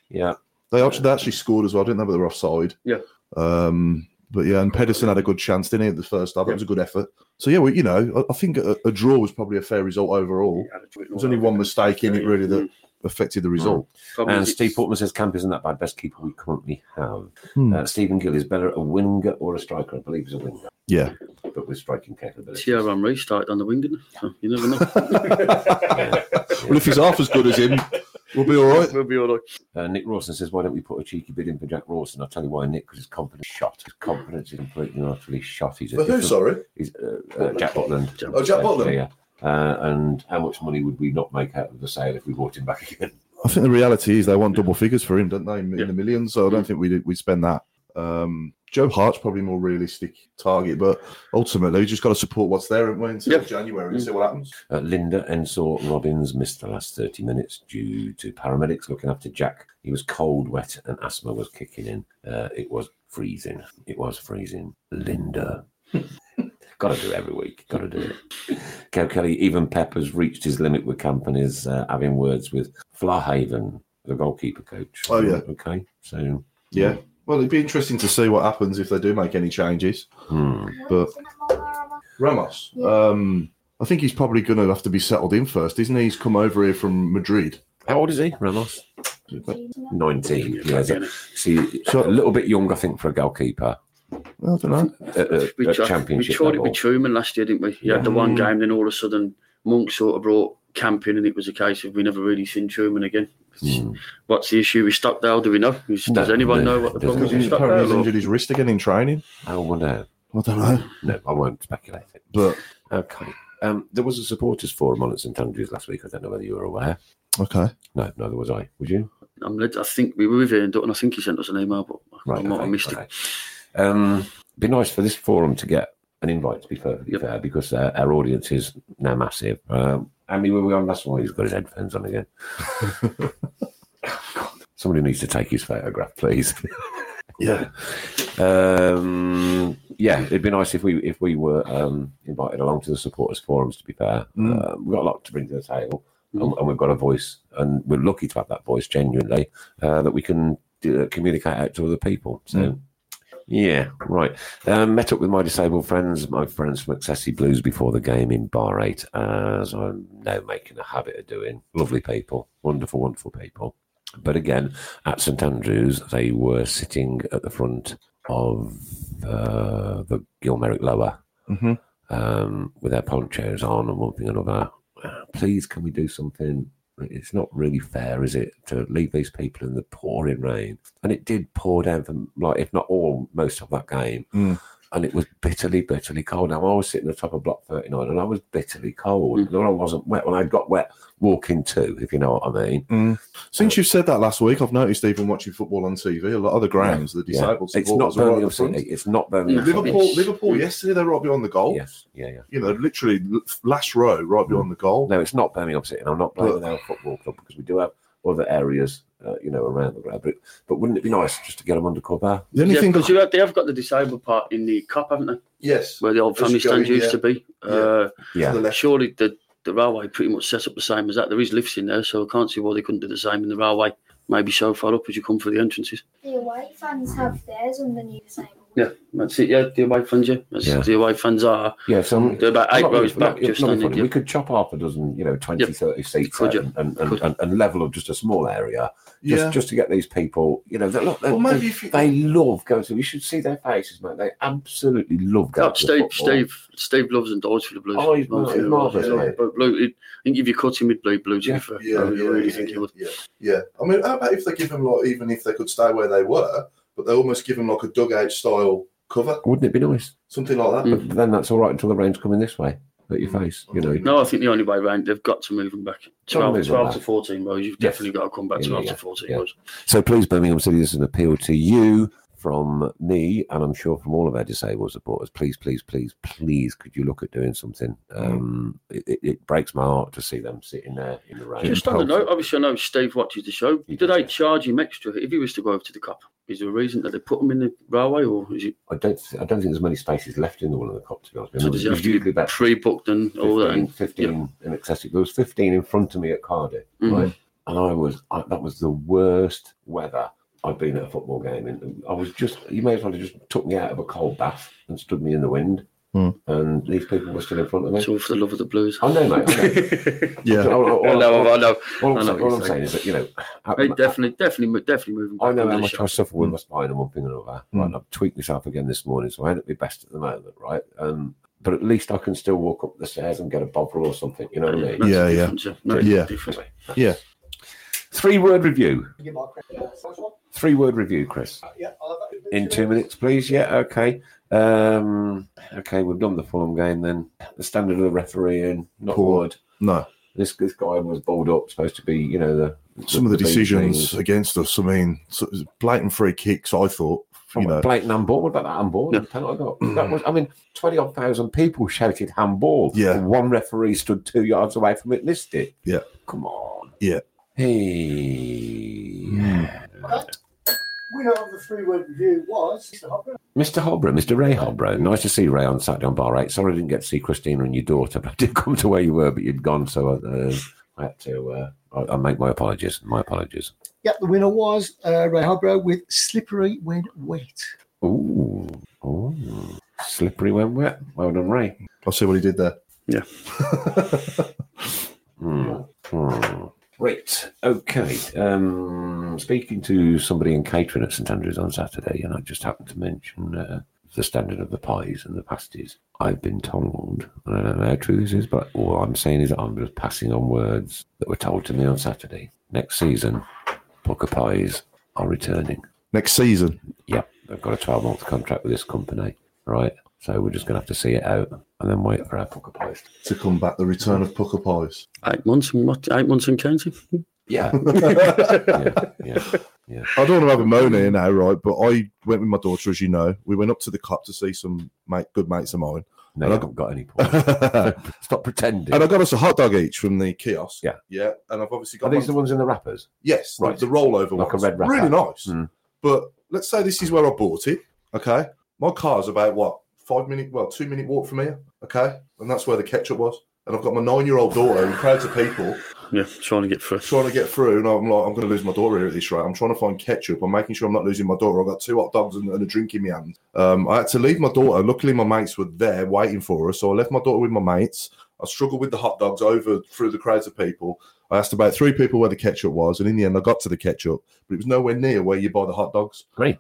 C: yeah.
D: They actually, they actually scored as well, didn't they? But they were offside.
E: Yeah.
D: Um, but yeah, and Pedersen had a good chance, didn't he, at the first half? It
E: Yeah.
D: was a good effort. So yeah, well, you know, I, I think a, a draw was probably a fair result overall. There's only one mistake in it really that affected the result.
E: Mm.
C: And Steve Portman says Camp isn't that bad. Best keeper we currently have.
D: Hmm.
C: Uh, Stephen Gill is better a winger or a striker. I believe he's a winger,
D: Yeah,
C: but with striking capability.
E: Thierry Henry started on the wing, didn't he? So you never know.
D: well, if he's half as good as him, we'll be all right.
E: we'll be all right.
C: Uh, Nick Rawson says, "Why don't we put a cheeky bid in for Jack Rawson?" I'll tell you why, Nick, because his confidence is shot. His confidence is completely and utterly shot. He's a
D: But who?
C: different-
D: Sorry,
C: He's, uh, uh, Jack Butland.
D: Oh, Jack Butland.
C: Yeah. Uh, and how much money would we not make out of the sale if we bought him back again?
D: I think the reality is they want double figures for him, don't they? In,
E: Yeah.
D: the millions, so I don't think we we spend that. Um, Joe Hart's probably more realistic target, but ultimately we just got to support what's there, haven't we? Until
E: Yeah. Mm.
D: January and see what happens.
C: Uh, Linda Ensor Robbins missed the last 30 minutes due to paramedics looking after Jack. He was cold, wet, and asthma was kicking in. Uh, it was freezing. It was freezing. Linda. Got to do it every week. Got to do it. Kev Kelly, even Pepper's reached his limit with camp and is uh, having words with Flahaven, the goalkeeper coach.
D: Oh, yeah.
C: Okay. So,
D: Yeah. Well, it'd be interesting to see what happens if they do make any changes.
C: hmm.
D: But Ramos, um, I think he's probably going to have to be settled in first, isn't he? He's come over here from Madrid.
C: how old is he, Ramos? 19. Yeah, so- see,
D: So-
C: a little bit young, I think, for a goalkeeper
D: I don't know.
C: at, at,
E: We,
C: at
E: tried, we
C: championship
E: tried it
C: level.
E: with Truman last year, didn't we? He had the one game, then all of a sudden, Monk sort of brought camping, and it was a case of we never really seen Truman again. What's the issue with Stockdale? Do we know? Is-
C: No,
E: Does anyone
C: no,
E: know what the
C: there's
E: problem is
C: no-
E: with
D: Apparently, he's
E: Stockdale? or-
D: injured his wrist again in training.
C: I wonder.
D: I don't know.
C: No, I won't speculate it.
D: But,
C: Okay. Um, there was a supporters forum on at St Andrews last week. I don't know whether you were aware.
D: okay.
C: No, neither was I. Would you?
E: I'm led- I think we were with Ian Dutton. I think he sent us an email, but I
C: Right.
E: might
C: okay,
E: have missed it.
C: okay. Um, be nice for this forum to get an invite, to be perfectly
E: Yep.
C: fair, because uh, our audience is now massive. Um, how many were we on last night? He's got his headphones on again. Somebody needs to take his photograph, please.
D: Yeah.
C: Um, yeah, it'd be nice if we if we were um, invited along to the supporters forums. To be fair,
D: Mm.
C: uh, we've got a lot to bring to the table, and, and we've got a voice, and we're lucky to have that voice genuinely uh, that we can uh, communicate out to other people. So. Yeah, right. Um, met up with my disabled friends, my friends from Accessi Blues before the game in Bar 8, as I'm now making a habit of doing. Lovely people, wonderful, wonderful people. But again, at St Andrews, they were sitting at the front of uh, the Gilmerick Lower
D: Mhm.
C: um, with their ponchos on and one thing and another. Uh, Please, can we do something? It's not really fair, is it, to leave these people in the pouring rain? And it did pour down from, like, if not all, most of that game.
D: Mm.
C: And it was bitterly, bitterly cold. Now, I was sitting at the top of block 39 and I was bitterly cold.
D: Mm.
C: No, I wasn't wet. When I got wet, walking too, if you know what I mean.
D: Since you've said that last week, I've noticed even watching football on TV, a lot of the grounds, the
C: Yeah.
D: disabled
C: It's not
D: supporters are right
C: Burnley
D: at the front.
C: City. It's not Birmingham.
E: Yeah.
D: Liverpool, Liverpool yesterday, they were right behind the goal.
C: Yes, yeah, yeah.
D: You know, literally l- last row, right behind the goal.
C: No, it's not Birmingham City, and I'm not blaming our football club because we do have other areas, uh, you know, around the ground. But, but wouldn't it be nice just to get them under cover?
D: The only
E: Yeah,
D: thing,
E: because you have, they have got the disabled part in the cup, haven't they?
D: yes,
E: Where the old
D: Just
E: family
D: going,
E: stand used
D: yeah.
E: to be. Uh,
C: Yeah,
D: the left.
E: surely the, the railway pretty much set up the same as that. There is lifts in there, so I can't see why they couldn't do the same in the railway. Maybe so far up as you come through the entrances.
G: The away fans have theirs underneath the same.
E: Yeah, that's it. Yeah, the away fans. Yeah, that's
C: Yeah.
E: the away fans are.
C: yeah. So
E: They're about eight rows back, just
C: not
E: standing,
C: funny.
E: yeah.
C: We could chop half a dozen, you know, 20,
E: Yep.
C: 30 seats
E: Could
C: out
E: you?
C: and, and, and,
E: Could.
C: and, and level up just a small area, just,
D: Yeah.
C: just to get these people, you know, they, look, they,
D: Well, maybe
C: they-
D: if you-
C: they love going to. You should see their faces, mate. They absolutely love going.
E: Oh,
C: to
E: Steve,
C: football.
E: Steve, Steve loves and dies for the Blues.
C: Oh, he's mar-
E: Loves it.
C: he's marvellous,
D: yeah.
C: mate.
E: But blue, I think if you cut him, he'd bleed blue. To
C: Yeah,
E: be fair,
D: yeah,
E: I
D: yeah,
E: really
D: yeah,
E: think he
D: yeah,
E: would.
D: yeah, yeah. I mean, how about if they give them like, even if they could stay where they were, but they almost give them like a dugout style cover,
C: Wouldn't it be nice?
D: something like that.
E: Mm.
C: But then that's all right until the rain's coming this way at your face, you know.
E: No, I think the only way round, they've got to move him back.
C: Gotta
E: 12,
C: move him
E: 12
C: back.
E: to 14 rows. You've
C: Yes.
E: definitely got to come back
C: Yeah,
E: 12
C: yeah,
E: to 14
C: yeah.
E: rows.
C: So please, Birmingham City, this is an appeal to you from me, and I'm sure from all of our disabled supporters. Please, please, please, please, could you look at doing something? Um, it, it, it breaks my heart to see them sitting there in the rain.
E: Just on the note, obviously, I know Steve watches the show.
C: He
E: Did they
C: does.
E: charge him extra if he was to go over to the cop? Is there a reason that they put him in the railway, or is it
C: I don't, th- I don't think there's many spaces left in the one of the cop. To be honest, with you.
E: so does it
C: There's
E: have to
C: usually
E: be
C: about
E: pre-booked and all Oh, that?
C: 15,
E: And,
C: 15 in excessive. There was 15 in front of me at Cardiff,
E: Mhm.
C: right? And I was, I, that was the worst weather I've been at a football game. And I was just, you may as well have just took me out of a cold bath and stood me in the wind.
D: Mm.
C: And these people were still in front of
E: It's
C: me.
E: all for the love of the Blues.
C: I know, mate. I know.
D: Yeah,
C: All- all-
E: I
C: all-
E: know,
C: all
E: I know. I
C: I'm saying-
E: know
C: all
E: what
C: I'm
E: you're
C: saying is that, you know,
E: Hey,
C: I-
E: definitely, definitely, mo- definitely moving.
C: I
E: back
C: know
E: under
C: how
E: the
C: much
E: show.
C: I suffer with my spine and one thing and another. Right, and I've tweaked this up again this morning, so I ain't at my best at the moment, right? Um, but at least I can still walk up the stairs and get a bovril or something. You know what I mean?
E: That's
D: Yeah,
E: the
D: yeah.
E: difference, No,
D: Yeah.
E: difference.
D: yeah.
C: Three word review.
F: Give my credit. Yeah, first one.
C: Three word review, Chris.
F: Yeah, I'll have that.
C: In two minutes, please. Yeah, okay. Um, okay, we've done the Fulham game then. The standard of the referee and not
D: Poor.
C: good.
D: No,
C: This this guy was balled up, supposed to be, you know, the
D: some of the
C: big
D: decisions
C: things.
D: against us. I mean, so- blatant free kicks. I thought,
C: Oh,
D: you know,
C: blatant handball. What about that handball?
E: No.
C: The penalty I got. That was, I mean, twenty odd thousand people shouted handball.
D: Yeah.
C: And one referee stood two yards away from it, and missed it.
D: Yeah.
C: Come on.
D: Yeah.
C: Hey.
D: Hmm.
F: Winner of the three-word review was Mr. Hopper.
C: Mr. Hobro, Mr. Ray Hobro, nice to see you, Ray on Saturday on Bar 8. Sorry I didn't get to see Christina and your daughter, but I did come to where you were, but you'd gone, so uh, I had to. Uh, I, I make my apologies. My apologies.
F: Yeah, the winner was uh, Ray Harborough with Slippery When Wet.
C: Ooh. Ooh. Slippery when wet. Well done, Ray.
D: I see what he did there.
C: Hmm. Hmm. Right. Okay. Um, speaking to somebody in catering at St Andrews on Saturday, and I just happened to mention uh, the standard of the pies and the pasties. I've been told, I don't know how true this is, but all I'm saying is that I'm just passing on words that were told to me on Saturday. Next season, Pucker Pies are returning.
D: Next season.
C: Yep, they've got a 12 month contract with this company, right? So we're just going to have to see it out and then wait for our Pucker Pies.
D: To come back, the return of Pucker Pies.
E: Eight months and what? Eight months and counting.
C: Yeah,
D: I
C: yeah, yeah, yeah.
D: don't want to have a moan here now, right? But I went with my daughter, as you know. We went up to the club to see some mate, good mates of mine.
C: No,
D: And
C: I
D: I-
C: haven't got any points.
D: and
C: Stop pretending.
D: I got us a hot dog each from the kiosk.
C: Yeah.
D: Yeah. And I've obviously
C: Are
D: got
C: these
D: one.
C: the ones in the wrappers?
D: Yes,
C: Right.
D: right. the, rollover
C: Like a
D: ones.
C: red wrapper.
D: Really nice.
C: Mm.
D: But let's say this is where I bought it. Okay. My car's about what? Five minute, well, two minute walk from here. Okay. And that's where the ketchup was. And I've got my nine year old daughter and crowds of people
E: Yeah, trying to get through.
D: trying to get through. And I'm like, I'm going to lose my daughter here at this rate. I'm trying to find ketchup. I'm making sure I'm not losing my daughter. I've got two hot dogs and, and a drink in my hand. Um, I had to leave my daughter. Luckily, my mates were there waiting for her. So I left my daughter with my mates. I struggled with the hot dogs over through the crowds of people. I asked about three people where the ketchup was. And in the end, I got to the ketchup, but it was nowhere near where you buy the hot dogs,
C: Great.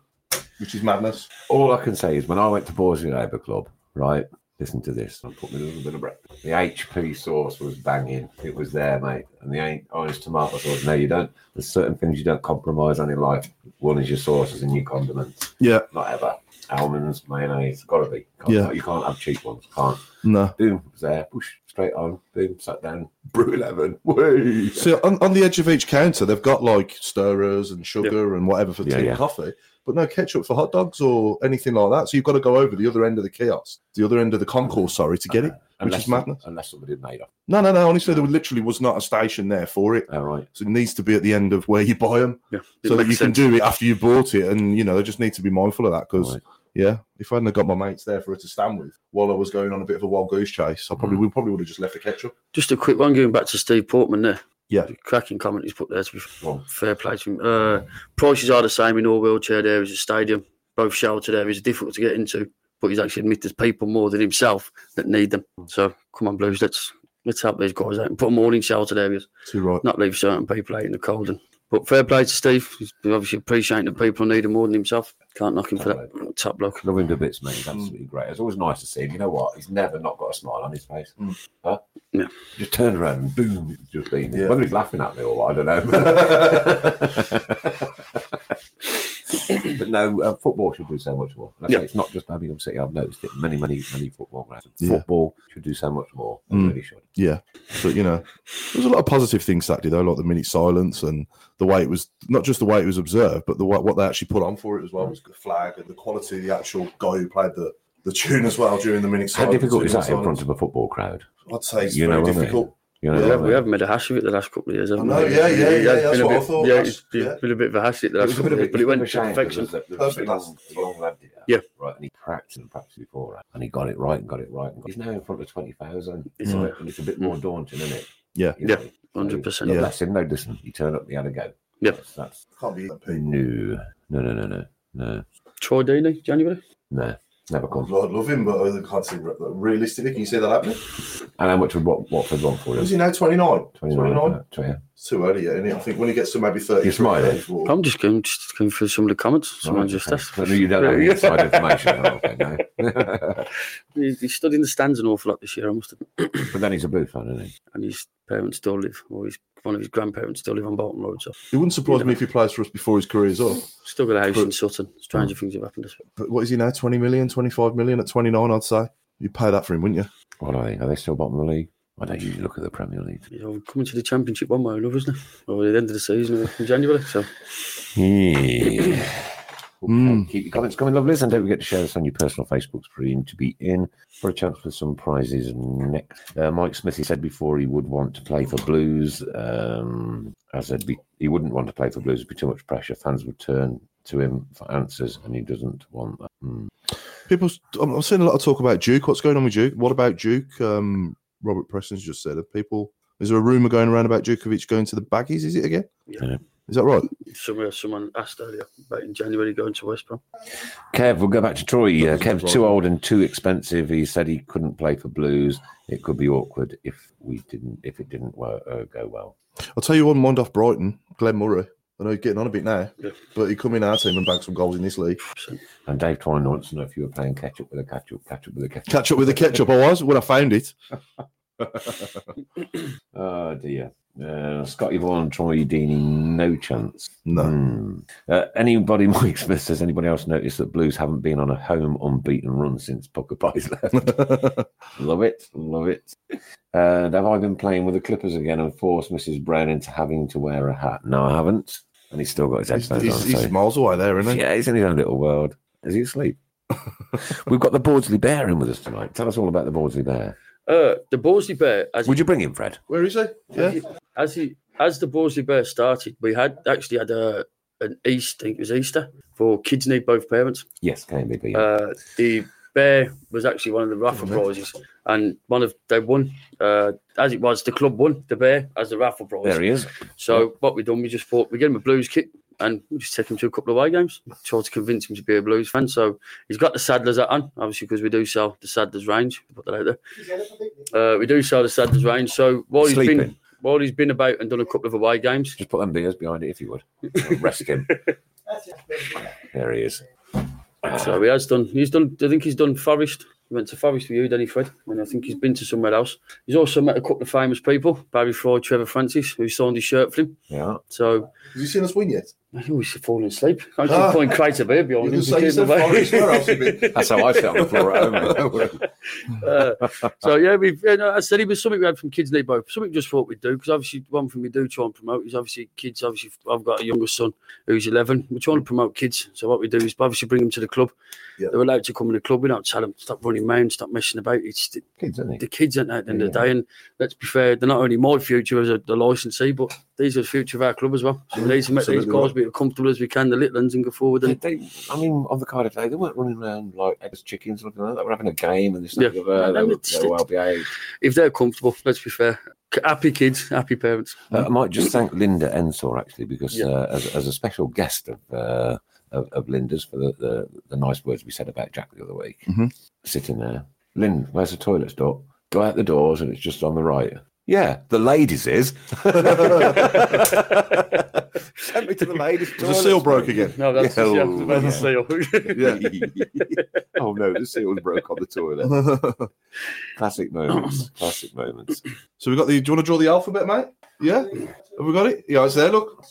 D: which is madness.
C: All I can say is when I went to Borsley Labour Club, right? Listen to this. I put me a little bit of breakfast. The HP sauce was banging. It was there, mate. And the ain't orange tomato sauce. No, you don't. There's certain things you don't compromise on in life. One is your sauces and your condiments.
D: Yeah.
C: Not ever. Almonds, mayonnaise, gotta be. Can't-
D: Yeah.
C: You can't have cheap ones. Can't.
D: No.
C: Boom, was there. Push straight on. Boom, sat down. Brew eleven. Woo.
D: So on, on the edge of each counter, they've got like stirrers and sugar and whatever for
C: Yeah,
D: tea
C: yeah.
D: and coffee, but no ketchup for hot dogs or anything like that. So you've got to go over the other end of the kiosk, the other end of the concourse, sorry, to get it, which
C: Unless-
D: is madness.
C: Unless somebody had made up.
D: No, no, no. Honestly, there literally was not a station there for it.
C: All right.
D: So it needs to be at the end of where you buy them
E: Yeah, it
D: so that
E: makes
D: you
E: sense.
D: can do it after you bought it. And, you know, they just need to be mindful of that because,
C: Right.
D: yeah, if I hadn't have got my mates there for it to stand with while I was going on a bit of a wild goose chase, I
C: Mm.
D: probably, we probably would have just left the ketchup.
E: Just a quick one going back to Steve Portman there.
D: Yeah.
E: Cracking comment he's put there to be
C: Well,
E: fair play to him. Uh, prices are the same in all wheelchair areas of stadium. Both sheltered areas are difficult to get into, but he's actually admitted there's people more than himself that need them. So come on, Blues, let's let's help these guys out and put them all in sheltered areas,
D: Too right.
E: not leave certain people out in the cold. And, but fair play to Steve. He's obviously appreciating the people who need him more than himself. Can't knock him for that. Top bloke.
C: Love him to bits, mate.
D: Hmm.
C: He's absolutely great. It's always nice to see him. You know what? He's never not got a smile on his face.
D: Hmm.
C: Huh?
E: Yeah.
C: Just turn around and boom, it's just been.
D: Yeah.
C: Whether he's laughing at me or what, I don't know. but no, uh, football should do so much more. And I say
E: Yeah.
C: It's not just Birmingham City. I've noticed it many, many, many football grounds.
D: Yeah.
C: Football should do so much more. It
D: Mm.
C: really should.
D: Yeah, but you know, there's a lot of positive things Saturday though, like the minute silence and the way it was not just the way it was observed, but the way, what they actually put on for it as well was the flag and the quality of the actual guy who played the, the tune as well during the minute
C: How
D: silence.
C: difficult
D: two
C: is that
D: minute
C: in front
D: silence.
C: of a football crowd?
D: I'd say it's
C: You know
D: very
C: what I mean?
D: difficult.
C: You know,
D: Yeah,
E: We
C: what I
E: haven't- we
C: mean?
E: haven't made a hash of it the last couple of years, haven't
D: I know,
E: we?
D: yeah, yeah,
E: It
D: yeah,
E: has
D: that's
E: been a
D: what I
E: bit-
D: thought.
E: Yeah,
D: That's-
E: it's been
D: yeah.
E: been a bit of a hash it the
D: It
E: last
D: was a
E: couple
D: bit
E: of years,
D: of
E: but it went
C: It's a
E: to
C: shame
E: perfection.
C: because there was a
D: Perfect
C: long, long lad did that,
E: Yeah.
C: Right, and he practiced and practiced before that, and he got it right and got it right. and got- He's now in front of twenty thousand. It's,
E: Mm.
C: a bit- and it's a bit more daunting, isn't it?
D: Yeah.
C: You
E: Yeah,
C: know,
E: 100%.
C: so,
D: Yeah.
C: Bless him. No, listen. He turned up. He had a go.
E: Yeah.
C: That's, that's
D: Can't be that people.
C: no, no, no, no, no, no,
E: Troy Deeney, January.
C: no. Never come.
D: Lord love him, but I can't see re- realistically. Can you see that happening?
C: And how much would Wat- Watford want for
D: Is
C: him?
D: he now 29?
C: 29,
D: 29?
C: uh, 20.
D: It's too early yet, isn't it? I think when he gets to maybe 30,
C: He's smiling.
D: 34.
E: I'm just going just going through some of the comments. Someone
C: Right,
E: just
C: okay.
E: asked.
C: So you don't have any inside information. Oh, okay, no.
E: He, he stood in the stands an awful lot this year, I must have.
C: but then he's a blue fan, isn't he?
E: And his parents still live, or his one of his grandparents still live on Bolton Road, so
D: It wouldn't surprise me if he plays for us before his career's up.
E: still got a house in
D: But-
E: Sutton. Stranger
C: Mm.
E: things have happened. This
D: But what is he now? 20 million, 25 million at 29, I'd say. You'd pay that for him, wouldn't you?
C: What are they? Are they still bottom of the league? I don't usually look at the Premier League.
E: you know, coming to the championship one way or another, isn't it? Or at the end of the season or in January. So
C: Yeah.
D: Mm.
C: um, Keep your comments coming, lovelies, and don't forget to share this on your personal Facebook screen to be in for a chance for some prizes next. Uh, Mike Smithy said before he would want to play for Blues. Um, as said, be, he wouldn't want to play for Blues; it'd be too much pressure. Fans would turn to him for answers, and he doesn't want that. Mm.
D: People, I'm, I'm seeing a lot of talk about Duke. What's going on with Duke? What about Duke? Um, Robert Preston's just said. Have people, is there a rumor going around about Djokovic going to the baggies? Is it again?
C: Yeah.
D: Is that right?
E: somewhere someone asked earlier about in January going to West Brom.
C: Kev, we'll go back to Troy. Uh,
D: That doesn't
C: Kev's
D: surprise
C: too
D: me.
C: old and too expensive. He said he couldn't play for Blues. It could be awkward if we didn't if it didn't wo- uh, go well.
D: I'll tell you one mind off Brighton, Glenn Murray. I know he's getting on a bit now,
E: Yeah.
D: but he come in our team and bagged some goals in this league.
C: And Dave Twine wants to know if you were playing catch up with a catch up, catch up with a catch up.
D: Catch up with the ketchup I was when I found it.
C: Oh dear. Uh, Scotty Vaughan, Troy Deeney, no chance.
D: No.
C: Hmm. Uh, anybody, Mike Smith says, anybody else notice that Blues haven't been on a home unbeaten run since Poker Pies left? love it, love it. And have I been playing with the Clippers again and forced Mrs. Brown into having to wear a hat? No, I haven't. And he's still got his
D: he's,
C: headphones
D: he's-
C: on. so-
D: he's miles away there, isn't he?
C: yeah, he's in his own little world. Is he asleep? We've got the Bordsley Bear in with us tonight. Tell us all about the Bordsley Bear.
E: Uh, the Borsley Bear, as
C: Would you bring him, Fred?
D: Where is he? Yeah.
E: as he as the Borsley Bear started, we had actually had a an East, I think it was Easter for kids need both parents.
C: Yes, KMBB.
E: Uh, the bear was actually one of the raffle prizes, and one of they won. Uh, as it was, the club won the bear as the raffle prize.
C: there he is.
E: So what we done, we just thought we get him a Blues kit and we just take him to a couple of away games, try to convince him to be a Blues fan. So he's got the Saddlers hat on, obviously because we do sell the Saddlers range. Put that out there. Uh, we do sell the Saddlers range. So while he's
C: Sleeping.
E: been while he's been about and done a couple of away games,
C: Just put them beers behind it if you would. Rest him. there he is.
E: so he has done. He's done. I think he's done Forest. He went to Forest with you, Danny Fred, and I think he's been to somewhere else. He's also met a couple of famous people: Barry Floyd, Trevor Francis, who signed his shirt for him.
C: Yeah.
E: So
D: Has he seen us win yet?
E: I always falling asleep. I can
D: Ah.
E: not find Crater Bear behind him.
D: You
E: He's
D: say you said
E: getting away.
D: Forest, where else have you been?
C: That's how I sit on the floor at home.
E: Uh, so yeah, we've. You know, I said it was something we had from Kids Need Both. Something we just thought we'd do because obviously one thing we do try and promote is obviously kids. Obviously, I've got a younger son who's eleven. We try and promote kids. So what we do is obviously bring them to the club.
D: Yeah.
E: They're allowed to come in the club. We don't tell them stop running around, stop messing about. It's the,
C: Kids, isn't
E: the
C: he?
E: kids at the end of the
C: Yeah.
E: day. And let's be fair, they're not only my future as a the licensee, but these are the future of our club as well. So we need to make these
D: Absolutely
E: guys
D: right.
E: be as comfortable as we can, the little ones, and go forward.
C: They,
E: And
C: they, I mean, on the Cardiff day, they weren't running around like headless chickens or anything like that. They were having a game and this
E: Yeah.
C: yeah. they, were, they were well behaved.
E: if they're comfortable, let's be fair. Happy kids, happy parents.
C: Uh, I might just thank Linda Ensor actually, because
E: Yeah.
C: uh, as, as a special guest of, uh, of of Linda's for the, the the nice words we said about Jack the other week,
D: Mhm.
C: sitting there, Lynn, where's the toilet door? Go out the doors, and it's just on the right. Yeah, the ladies is. Sent me to the ladies.
D: The seal broke again.
E: No, that's
C: Yeah,
E: yeah,
C: oh,
E: that's
C: yeah.
E: the seal.
D: Yeah.
C: oh no, the seal broke on the toilet. Classic moments. Classic moments.
D: so we got the. Do you want to draw the alphabet, mate? Yeah. Have we got it? Yeah, it's there. Look.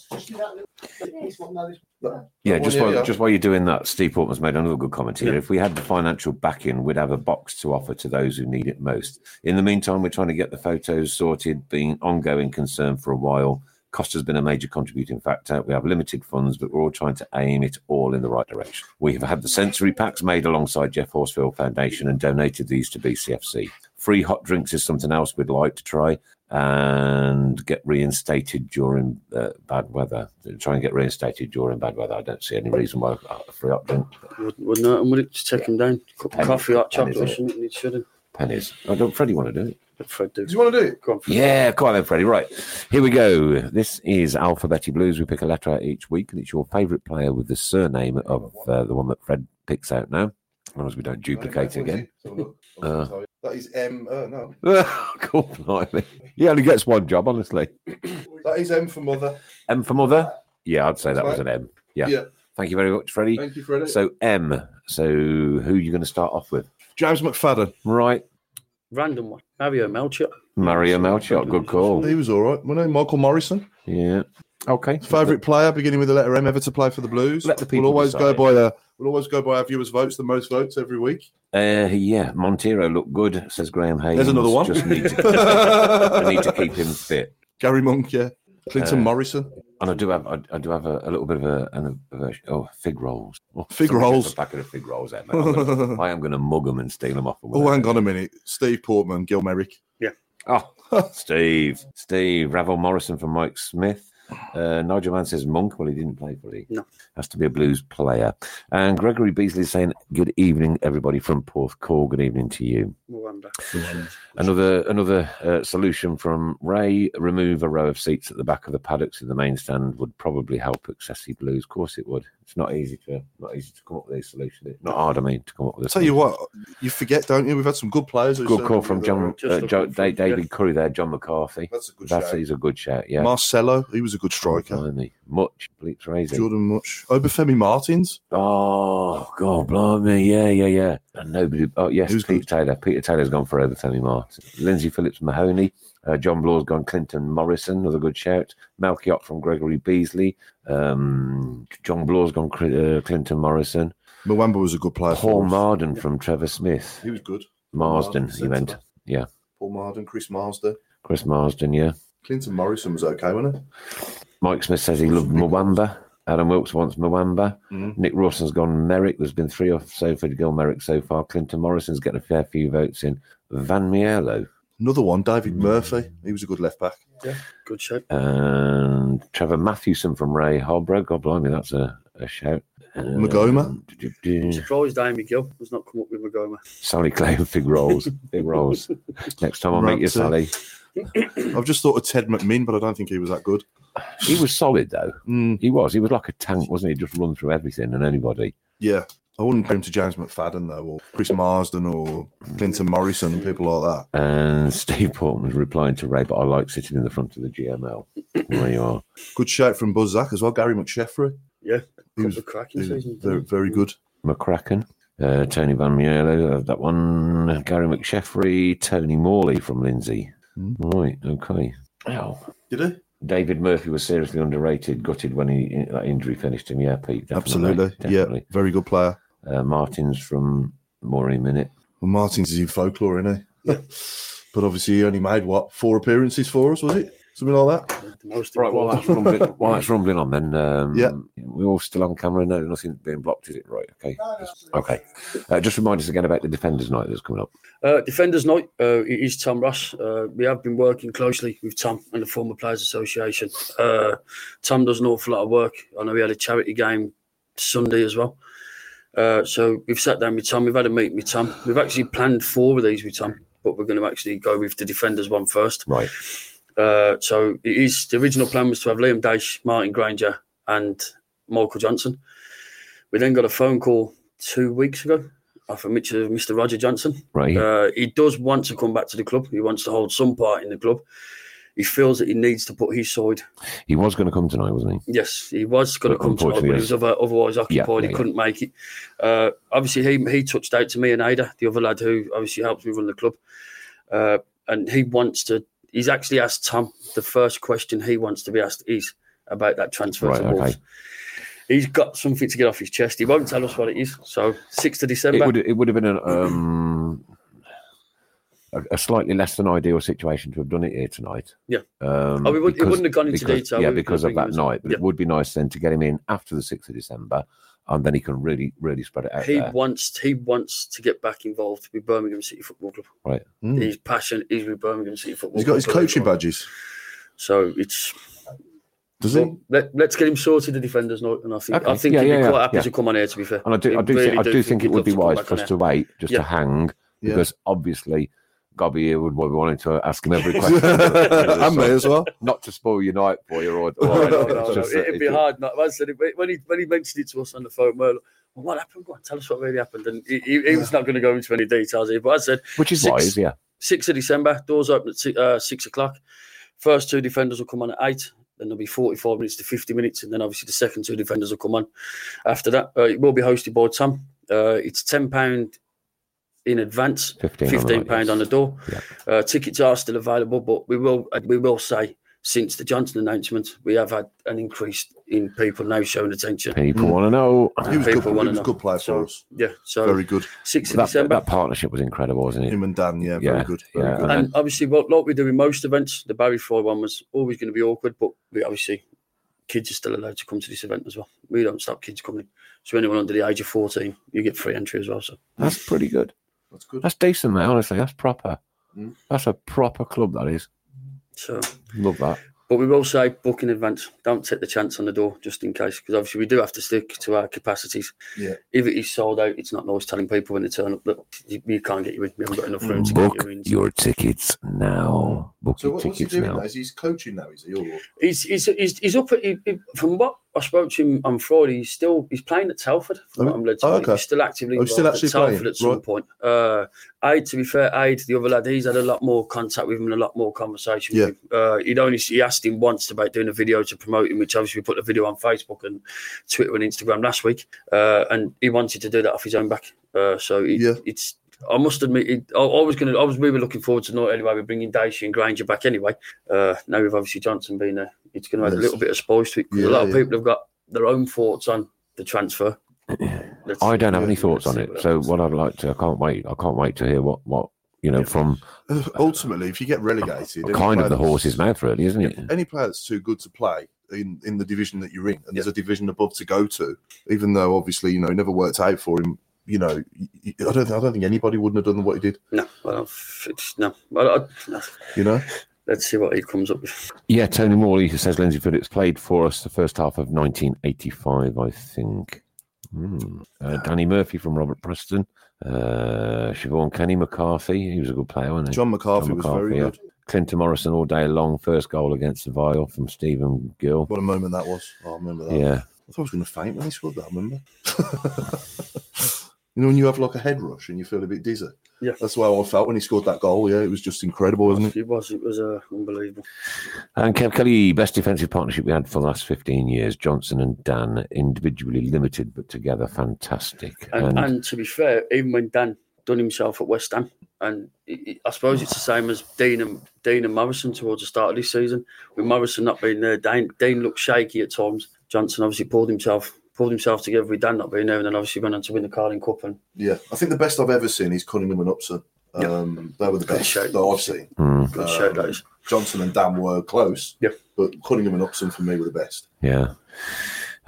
C: Yeah,
D: Well,
C: just
D: yeah,
C: while,
D: yeah.
C: just while you're doing that, Steve Portman's made another good comment here. If we had the financial backing, we'd have a box to offer to those who need it most. In the meantime, we're trying to get the photos sorted, being ongoing concern for a while. Cost has been a major contributing factor. We have limited funds, but we're all trying to aim it all in the right direction. We have had the sensory packs made alongside Jeff Horsfield Foundation and donated these to BCFC. Free hot drinks is something else we'd like to try and get reinstated during uh, bad weather. Try and get reinstated during bad weather. I don't see any reason why uh, a free hot drink
E: Would, would not, and would it just take him down? Cup of
C: Penny.
E: coffee, hot
C: Penny's
E: chocolate, or
C: in it.
E: something. It shouldn't.
C: pennies. I don't, Freddie, want to do it?
E: But Fred do.
D: Do you want to do it?
E: Go on, Fred.
C: Yeah, come on then, Freddie. Right, here we go. This is Alphabetti Blues. We pick a letter out each week, and it's your favourite player with the surname of uh, the one that Fred picks out now, as long as we don't duplicate it again. Uh.
D: Oh, that is M. Uh, no,
C: cool, blimey. He only gets one job, honestly.
D: that is M for mother.
C: M for mother? Yeah, I'd say that was
D: Right.
C: an M. Yeah.
D: Yeah.
C: Thank you very much, Freddie.
D: Thank you, Freddie.
C: So M. So who are you going to start off with?
D: James McFadden.
C: Right,
E: Random one. Mario Melchior.
C: Mario Melchior. Good call.
D: He was all right. wasn't he? Michael Morrison,
C: Yeah. Okay.
D: favourite player, beginning with the letter M, ever to play for the Blues.
C: Let the people
D: we'll always
C: decide.
D: go by uh, we'll always go by our viewers' votes, the most votes every week.
C: Uh, yeah, Montero looked good, says Graham Hayes.
D: There's another one.
C: Just need to, I need to keep him fit.
D: Gary Monk, yeah. Clinton
C: Uh,
D: Morrison.
C: And I do have, I, I do have a, a little bit of a, an aversion. Oh, fig rolls. Oh,
D: Fig
C: somebody
D: rolls.
C: has A packet of fig rolls. There, mate. I'm gonna, I am going to mug them and steal them off.
D: Oh, hang on a minute. Steve Portman, Gil Merrick.
C: Oh, Steve, Steve, Ravel Morrison from Mike Smith. Uh, Nigel Mann says Monk. Well, he didn't play for he.
E: No.
C: Has to be a blues player. And Gregory Beasley saying, Good evening, everybody from Porthcawl. Good evening to you.
E: Wonder.
C: Another another uh, solution from Ray: remove a row of seats at the back of the paddocks in the main stand would probably help excessive blues. Of course, it would. It's not easy to not easy to come up with a solution. It's not hard, I mean, to come up with. a
D: Tell you
C: solution.
D: what, you forget, don't you? We've had some good players. who
C: good
D: said-
C: call from John
E: Just
C: uh,
E: a
C: jo-
E: call
C: Da-
E: from-
C: David
E: yes.
C: Curry there, John McCarthy.
D: That's a good
C: That's
D: shout.
C: he's a good shout. Yeah,
D: Marcelo, he was a good striker.
C: Blimey. much bleeps raising.
D: Jordan Much, Obafemi Martins.
C: Oh God, blimey, yeah, yeah, yeah. And nobody. Oh yes,
D: Who's
C: Peter
D: good?
C: Taylor. Peter Taylor's gone for Tony Martin. Lindsay Phillips Mahoney. Uh, John Blaw's gone. Clinton Morrison, another good shout. Malkiot from Gregory Beasley. Um, John Blaw's gone. Cri- Uh, Clinton Morrison.
D: Mwamba was a good player.
C: Paul
D: for us.
C: Marden from Trevor Smith.
D: He was good.
C: Marsden,
D: Marsden,
C: you meant.
D: centre-back.
C: Yeah,
D: Paul Marden, Chris Marsden.
C: Chris Marsden. Yeah.
D: Clinton Morrison was okay, wasn't he?
C: Mike Smith Mm-hmm. says he loved Mwamba. Adam Wilkes wants Mwamba.
D: Mhm.
C: Nick Rawson's gone Merrick. There's been three off so for Gil Merrick so far. Clinton Morrison's getting a fair few votes in. Van Mierlo
D: Another one, David
C: Hmm.
D: Murphy. He was a good left back.
E: Good shape.
C: and Trevor Mathewson from Ray Harborough. God blimey, that's a, a shout. Um,
D: Magoma?
C: do- do- do.
E: I'm surprised Amy Gill has not come up with Magoma.
C: Sally Clay, big rolls, big rolls. Next time I'll make you
D: Ramsey.
C: Sally.
D: I've just thought of Ted McMinn, but I don't think he was that good.
C: He was solid though.
D: Mm,
C: He was. He was like a tank, wasn't he? Just run through everything and anybody.
D: yeah. I wouldn't compare him to James McFadden, though, or Chris Marsden, or
C: Hmm.
D: Clinton Morrison, and people like that.
C: And Steve Portman's replying to Ray, but I like sitting in the front of the GML. There you are.
D: Good shout from Buzz Zach as well, Gary McSheffrey.
E: Yeah,
D: He was
E: a cracking
D: he was
E: season.
D: very, very good.
C: McCracken, uh, Tony Van Mielo, uh, that one, Gary McSheffrey, Tony Morley from Lindsay.
D: Hmm.
C: Right, okay. Ow.
D: Did he?
C: David Murphy was seriously underrated, gutted when he that injury finished him. Yeah, Pete, definitely.
D: Absolutely. Yeah,
C: definitely.
D: very good player.
C: Uh, Martins from Maureen Minute.
D: Well, Martins is in folklore, isn't he? but obviously, he only made, what, four appearances for us, was it? Something like that?
E: The most
C: Right, while
E: important.
C: that's rumbling, while that's rumbling on, then um,
D: Yeah.
C: we're all still on camera. No, nothing's being blocked, is it? Right, okay. Okay. Uh, just remind us again about the Defenders Night that's coming up.
E: Uh, Defenders Night uh, it is Tom Ross. Uh, we have been working closely with Tom and the Former Players Association. Uh, Tom does an awful lot of work. I know we had a charity game Sunday as well. Uh, so we've sat down with Tom. We've had a meeting with Tom. We've actually planned four of these with Tom, but we're going to actually go with the Defenders one first.
C: Right.
E: Uh, so it is the original plan was to have Liam Dash, Martin Granger, and Michael Johnson. We then got a phone call two weeks ago off of Mr. Mr. Roger Johnson.
C: Right.
E: Uh, he does want to come back to the club. He wants to hold some part in the club. He feels that he needs to put his side.
C: he was going to come tonight, wasn't he?
E: Yes, he was going to
C: But
E: come tonight, but he
C: unfortunately,
E: was other, otherwise occupied.
C: yeah,
E: he
C: yeah.
E: couldn't make it. Uh, obviously, he he touched out to me and Ada, the other lad who obviously helps me run the club, uh, and he wants to. He's actually asked Tom. The first question he wants to be asked is about that transfer
C: Right,
E: to
C: okay.
E: Wolves. He's got something to get off his chest. He won't tell us what it is. So sixth of December.
C: it would it would have been an, um, a, a slightly less than ideal situation to have done it here tonight.
E: Yeah.
C: um,
E: Oh, we would- it wouldn't have gone into
C: because-
E: detail.
C: Yeah,
E: We-
C: because of
E: we-
C: that night. But
E: yeah.
C: it would be nice then to get him in after the sixth of December, and then he can really really spread it out.
E: he
C: there.
E: wants he wants to get back involved with Birmingham City Football Club.
C: Right.
D: Mm.
E: He's passionate. He's with Birmingham City Football.
D: He's got his
E: Club.
D: coaching badges.
E: So it's
D: Does he?
E: well, let, let's get him sorted the defenders note, and I think I
C: Okay.
E: think
C: Yeah,
E: he'd
C: yeah,
E: be
C: yeah,
E: quite happy
C: yeah.
E: to come on here. To be fair,
C: And I do, I
E: He
C: do,
E: really
C: think, I do think it
E: he'd
C: would
E: love
C: be
E: to come
C: wise
E: back
C: for us
E: on here.
C: to wait just
E: Yeah.
C: to hang
D: Yeah.
C: because obviously Gobby here would be wanting to ask him every question.
D: and me as well.
C: Not to spoil your night for you, or,
E: No,
C: or
E: no,
C: anything,
E: no,
C: it's
E: no,
C: just that
E: It'd
C: if
E: be
C: you-
E: hard. Not, I said it, when he when he mentioned it to us on the phone, well, well what happened? Go on, tell us what really happened. And he, he, he was not going to go into any details here, but I said
C: which is
E: Six-
C: wise, yeah.
E: six of December, doors open at six, uh, six o'clock. First two defenders will come on at eight. Then there'll be 45 minutes to 50 minutes, and then obviously the second two defenders will come on. After that, uh, it will be hosted by Tom. Uh, it's £10 in advance,
C: Fifteen, on the
E: £15
C: night, yes.
E: on the door.
C: Yeah.
E: Uh, tickets are still available, but we will uh, we will say since the Johnson announcement, we have had an increase in people now showing attention.
C: People want to know.
D: He was,
E: People
D: good, he
E: wanna
D: was a
E: know.
D: good player
E: So-
D: for us.
E: Yeah, so
D: Very good.
E: 6th of
C: that,
E: December.
C: that partnership was incredible, wasn't it?
D: Him and Dan, yeah,
C: Yeah,
D: very good. Very
C: yeah.
D: good.
E: and obviously, well, like we do in most events, the Barry Fry one was always going to be awkward, but we obviously kids are still allowed to come to this event as well. We don't stop kids coming. So anyone under the age of fourteen, you get free entry as well. So
C: That's pretty good.
D: That's good.
C: That's decent, mate. Honestly, that's proper.
D: Mm.
C: That's a proper club. That is.
E: so
C: Love that.
E: But we will say book in advance. Don't take the chance on the door just in case, because obviously we do have to stick to our capacities.
D: Yeah.
E: If it is sold out, it's not nice telling people when they turn up that you, you can't get you in. We haven't got enough room to
C: Book
E: get you in.
C: your tickets now. Book
D: So
C: your
D: what, what's he
C: tickets
D: doing
C: now.
D: now? Is he's coaching now? Is he? Or...
E: He's, he's, he's, he's up at, he, he- from what I spoke to him on Friday. He's still he's playing at Telford. From
D: Oh,
E: what I'm led to
D: oh,
E: believe.
D: okay.
E: He's still actively
D: Oh, he's still
E: involved
D: actually
E: at Telford
D: playing,
E: at some
D: right.
E: point. Uh, Aid, to be fair, Aid, the other lad, he's had a lot more contact with him and a lot more conversation.
D: Yeah.
E: With him. Uh, he'd only he asked him once about doing a video to promote him, which obviously we put the video on Facebook and Twitter and Instagram last week. Uh, and he wanted to do that off his own back. Uh, so it,
D: Yeah.
E: it's. I must admit, it, I, I was gonna, I was really looking forward to tonight anyway. We're bringing Dacey and Granger back anyway. Uh, now with obviously Johnson being there, it's going to add a
D: Yes.
E: little bit of spice to it. 'cause
D: Yeah,
E: a lot of
D: yeah.
E: people have got their own thoughts on the transfer. Let's-
C: I don't have any
E: let's
C: thoughts
E: see
C: on it.
E: what
C: So
E: happens.
C: what I'd like to, I can't wait. I can't wait to hear what what you know from
D: Uh, Ultimately, if you get relegated, any
C: kind of
D: player
C: the
D: that's-
C: horse's mouth, really, isn't it?
D: Any player that's too good to play in, in the division that you're in, and there's a division above to go to, even though obviously you know it never worked out for him. You know, y- y- I don't, I don't think anybody wouldn't have done what he did.
E: no, I don't, f- it's, no. I, I, no.
D: You know,
E: let's see what he comes up with.
C: Yeah, Tony Morley says Lindsay Phillips played for us the first half of 1985, I think. Hmm. Uh, Danny Murphy from Robert Preston. Uh, Siobhan Kenny McCarthy. He was a good player, wasn't he?
D: John McCarthy,
C: John
D: was very
C: McCarthy, yeah.
D: good.
C: Clinton Morrison all day long. First goal against Seville from Stephen Gill.
D: What a moment that was! Oh, I remember that.
C: Yeah.
D: I thought I was going to faint when he scored that. I remember. you know, when you have like a head rush and you feel a bit dizzy.
E: Yeah.
D: that's why I felt when he scored that goal. Yeah, it was just incredible, wasn't it?
E: It was, it was uh, unbelievable.
C: And Kev Kelly, best defensive partnership we had for the last 15 years. Johnson and Dan, individually limited, but together fantastic.
E: And,
C: And,
E: and to be fair, even when Dan done himself at West Ham, and it, it- I suppose it's the same as Dean and Dean and Morrison towards the start of this season. With Morrison not being there, Dean, Dean looked shaky at times. Johnson obviously pulled himself pulled himself together with Dan not being there, and then obviously went on to win the Carling Cup. And
D: Yeah, I think the best I've ever seen is Cunningham and Upson. Um, They were the best
E: shout.
D: that I've seen.
C: Mm,
D: Um,
E: good shout that is.
D: Johnson and Dan were close.
E: Yeah.
D: But Cunningham and Upson for me were the best.
C: yeah.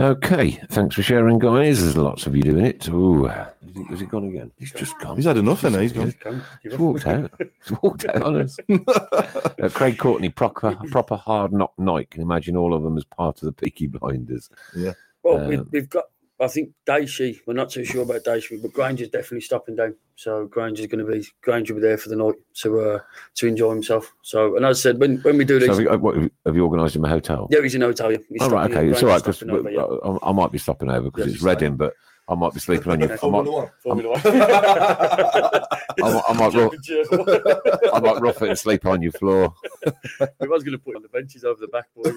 C: Okay. Thanks for sharing, guys. There's lots of you doing it. Ooh. Is it- Has it gone again? He's just gone.
D: He's had enough, and he's gone.
E: Come, you're
C: He's
E: up.
C: walked out. He's walked out on us. Uh, Craig Courtney, proper, proper hard knock night. Can imagine all of them as part of the Peaky Blinders.
E: Well, we,
C: Um,
E: we've got. I think Daishi. We're not too sure about Daishi, but Granger's definitely stopping down. So Granger's going to be Granger will be there for the night to uh, to enjoy himself. So, and as I said, when when we do
C: So
E: these,
C: have you, uh, what, have you organised him a hotel?
E: yeah, he's in hotel. Yeah. He's
C: All right.
E: stopping in-
C: Okay. It's all right
E: Granger's
C: because
E: stopping over, yeah.
C: I, I might be stopping over because
E: Yeah,
C: it's
E: it's fine.
C: Reading, but I might be sleeping on your. I might,
D: Formula One.
C: I might, I might, rough, I might rough it and sleep on your floor.
E: He was going to put on the benches over the back, but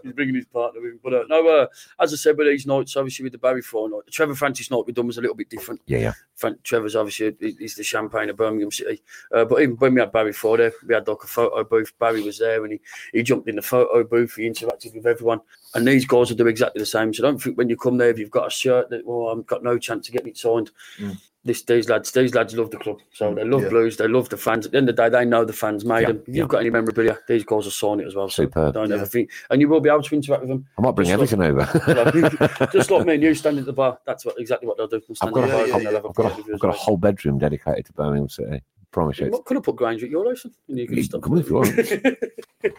E: he's bringing his partner with him. But uh, no, uh, as I said, with these nights, obviously with the Barry Fry night, the Trevor Francis night we done was a little bit different.
C: Yeah, yeah.
E: Fran- Trevor's obviously he- he's the champagne of Birmingham City. Uh, but even when we had Barry Ford there, we had like a photo booth. Barry was there and he, he jumped in the photo booth. He interacted with everyone. And these guys will do exactly the same. So don't think when you come there, if you've got a shirt that, well, I've got no chance of getting it signed.
D: Mm.
E: This, these lads, these lads love the club. So they love
D: Yeah.
E: Blues. They love the fans. At the end of the day, they know the fans made
C: Mm. Yeah,
E: them. If you've
C: yeah.
E: got any memorabilia, these guys will sign it as well. So
C: Superb.
E: don't ever
D: Yeah.
E: think, and you will be able to interact with them.
C: I might bring
E: Just
C: everything over.
E: Like, just like me and you standing at the bar. That's what exactly what they'll do. They'll
C: I've
E: stand
C: got,
E: at the bar
C: a,
E: and
D: yeah,
E: they'll have
C: I've, got
E: photo
C: a,
E: with you
C: I've
E: as
C: got a
E: well.
C: whole bedroom dedicated to Birmingham City. Promise you.
E: You could have put Granger at your license. And you could
C: You
E: stop.
C: can if you want.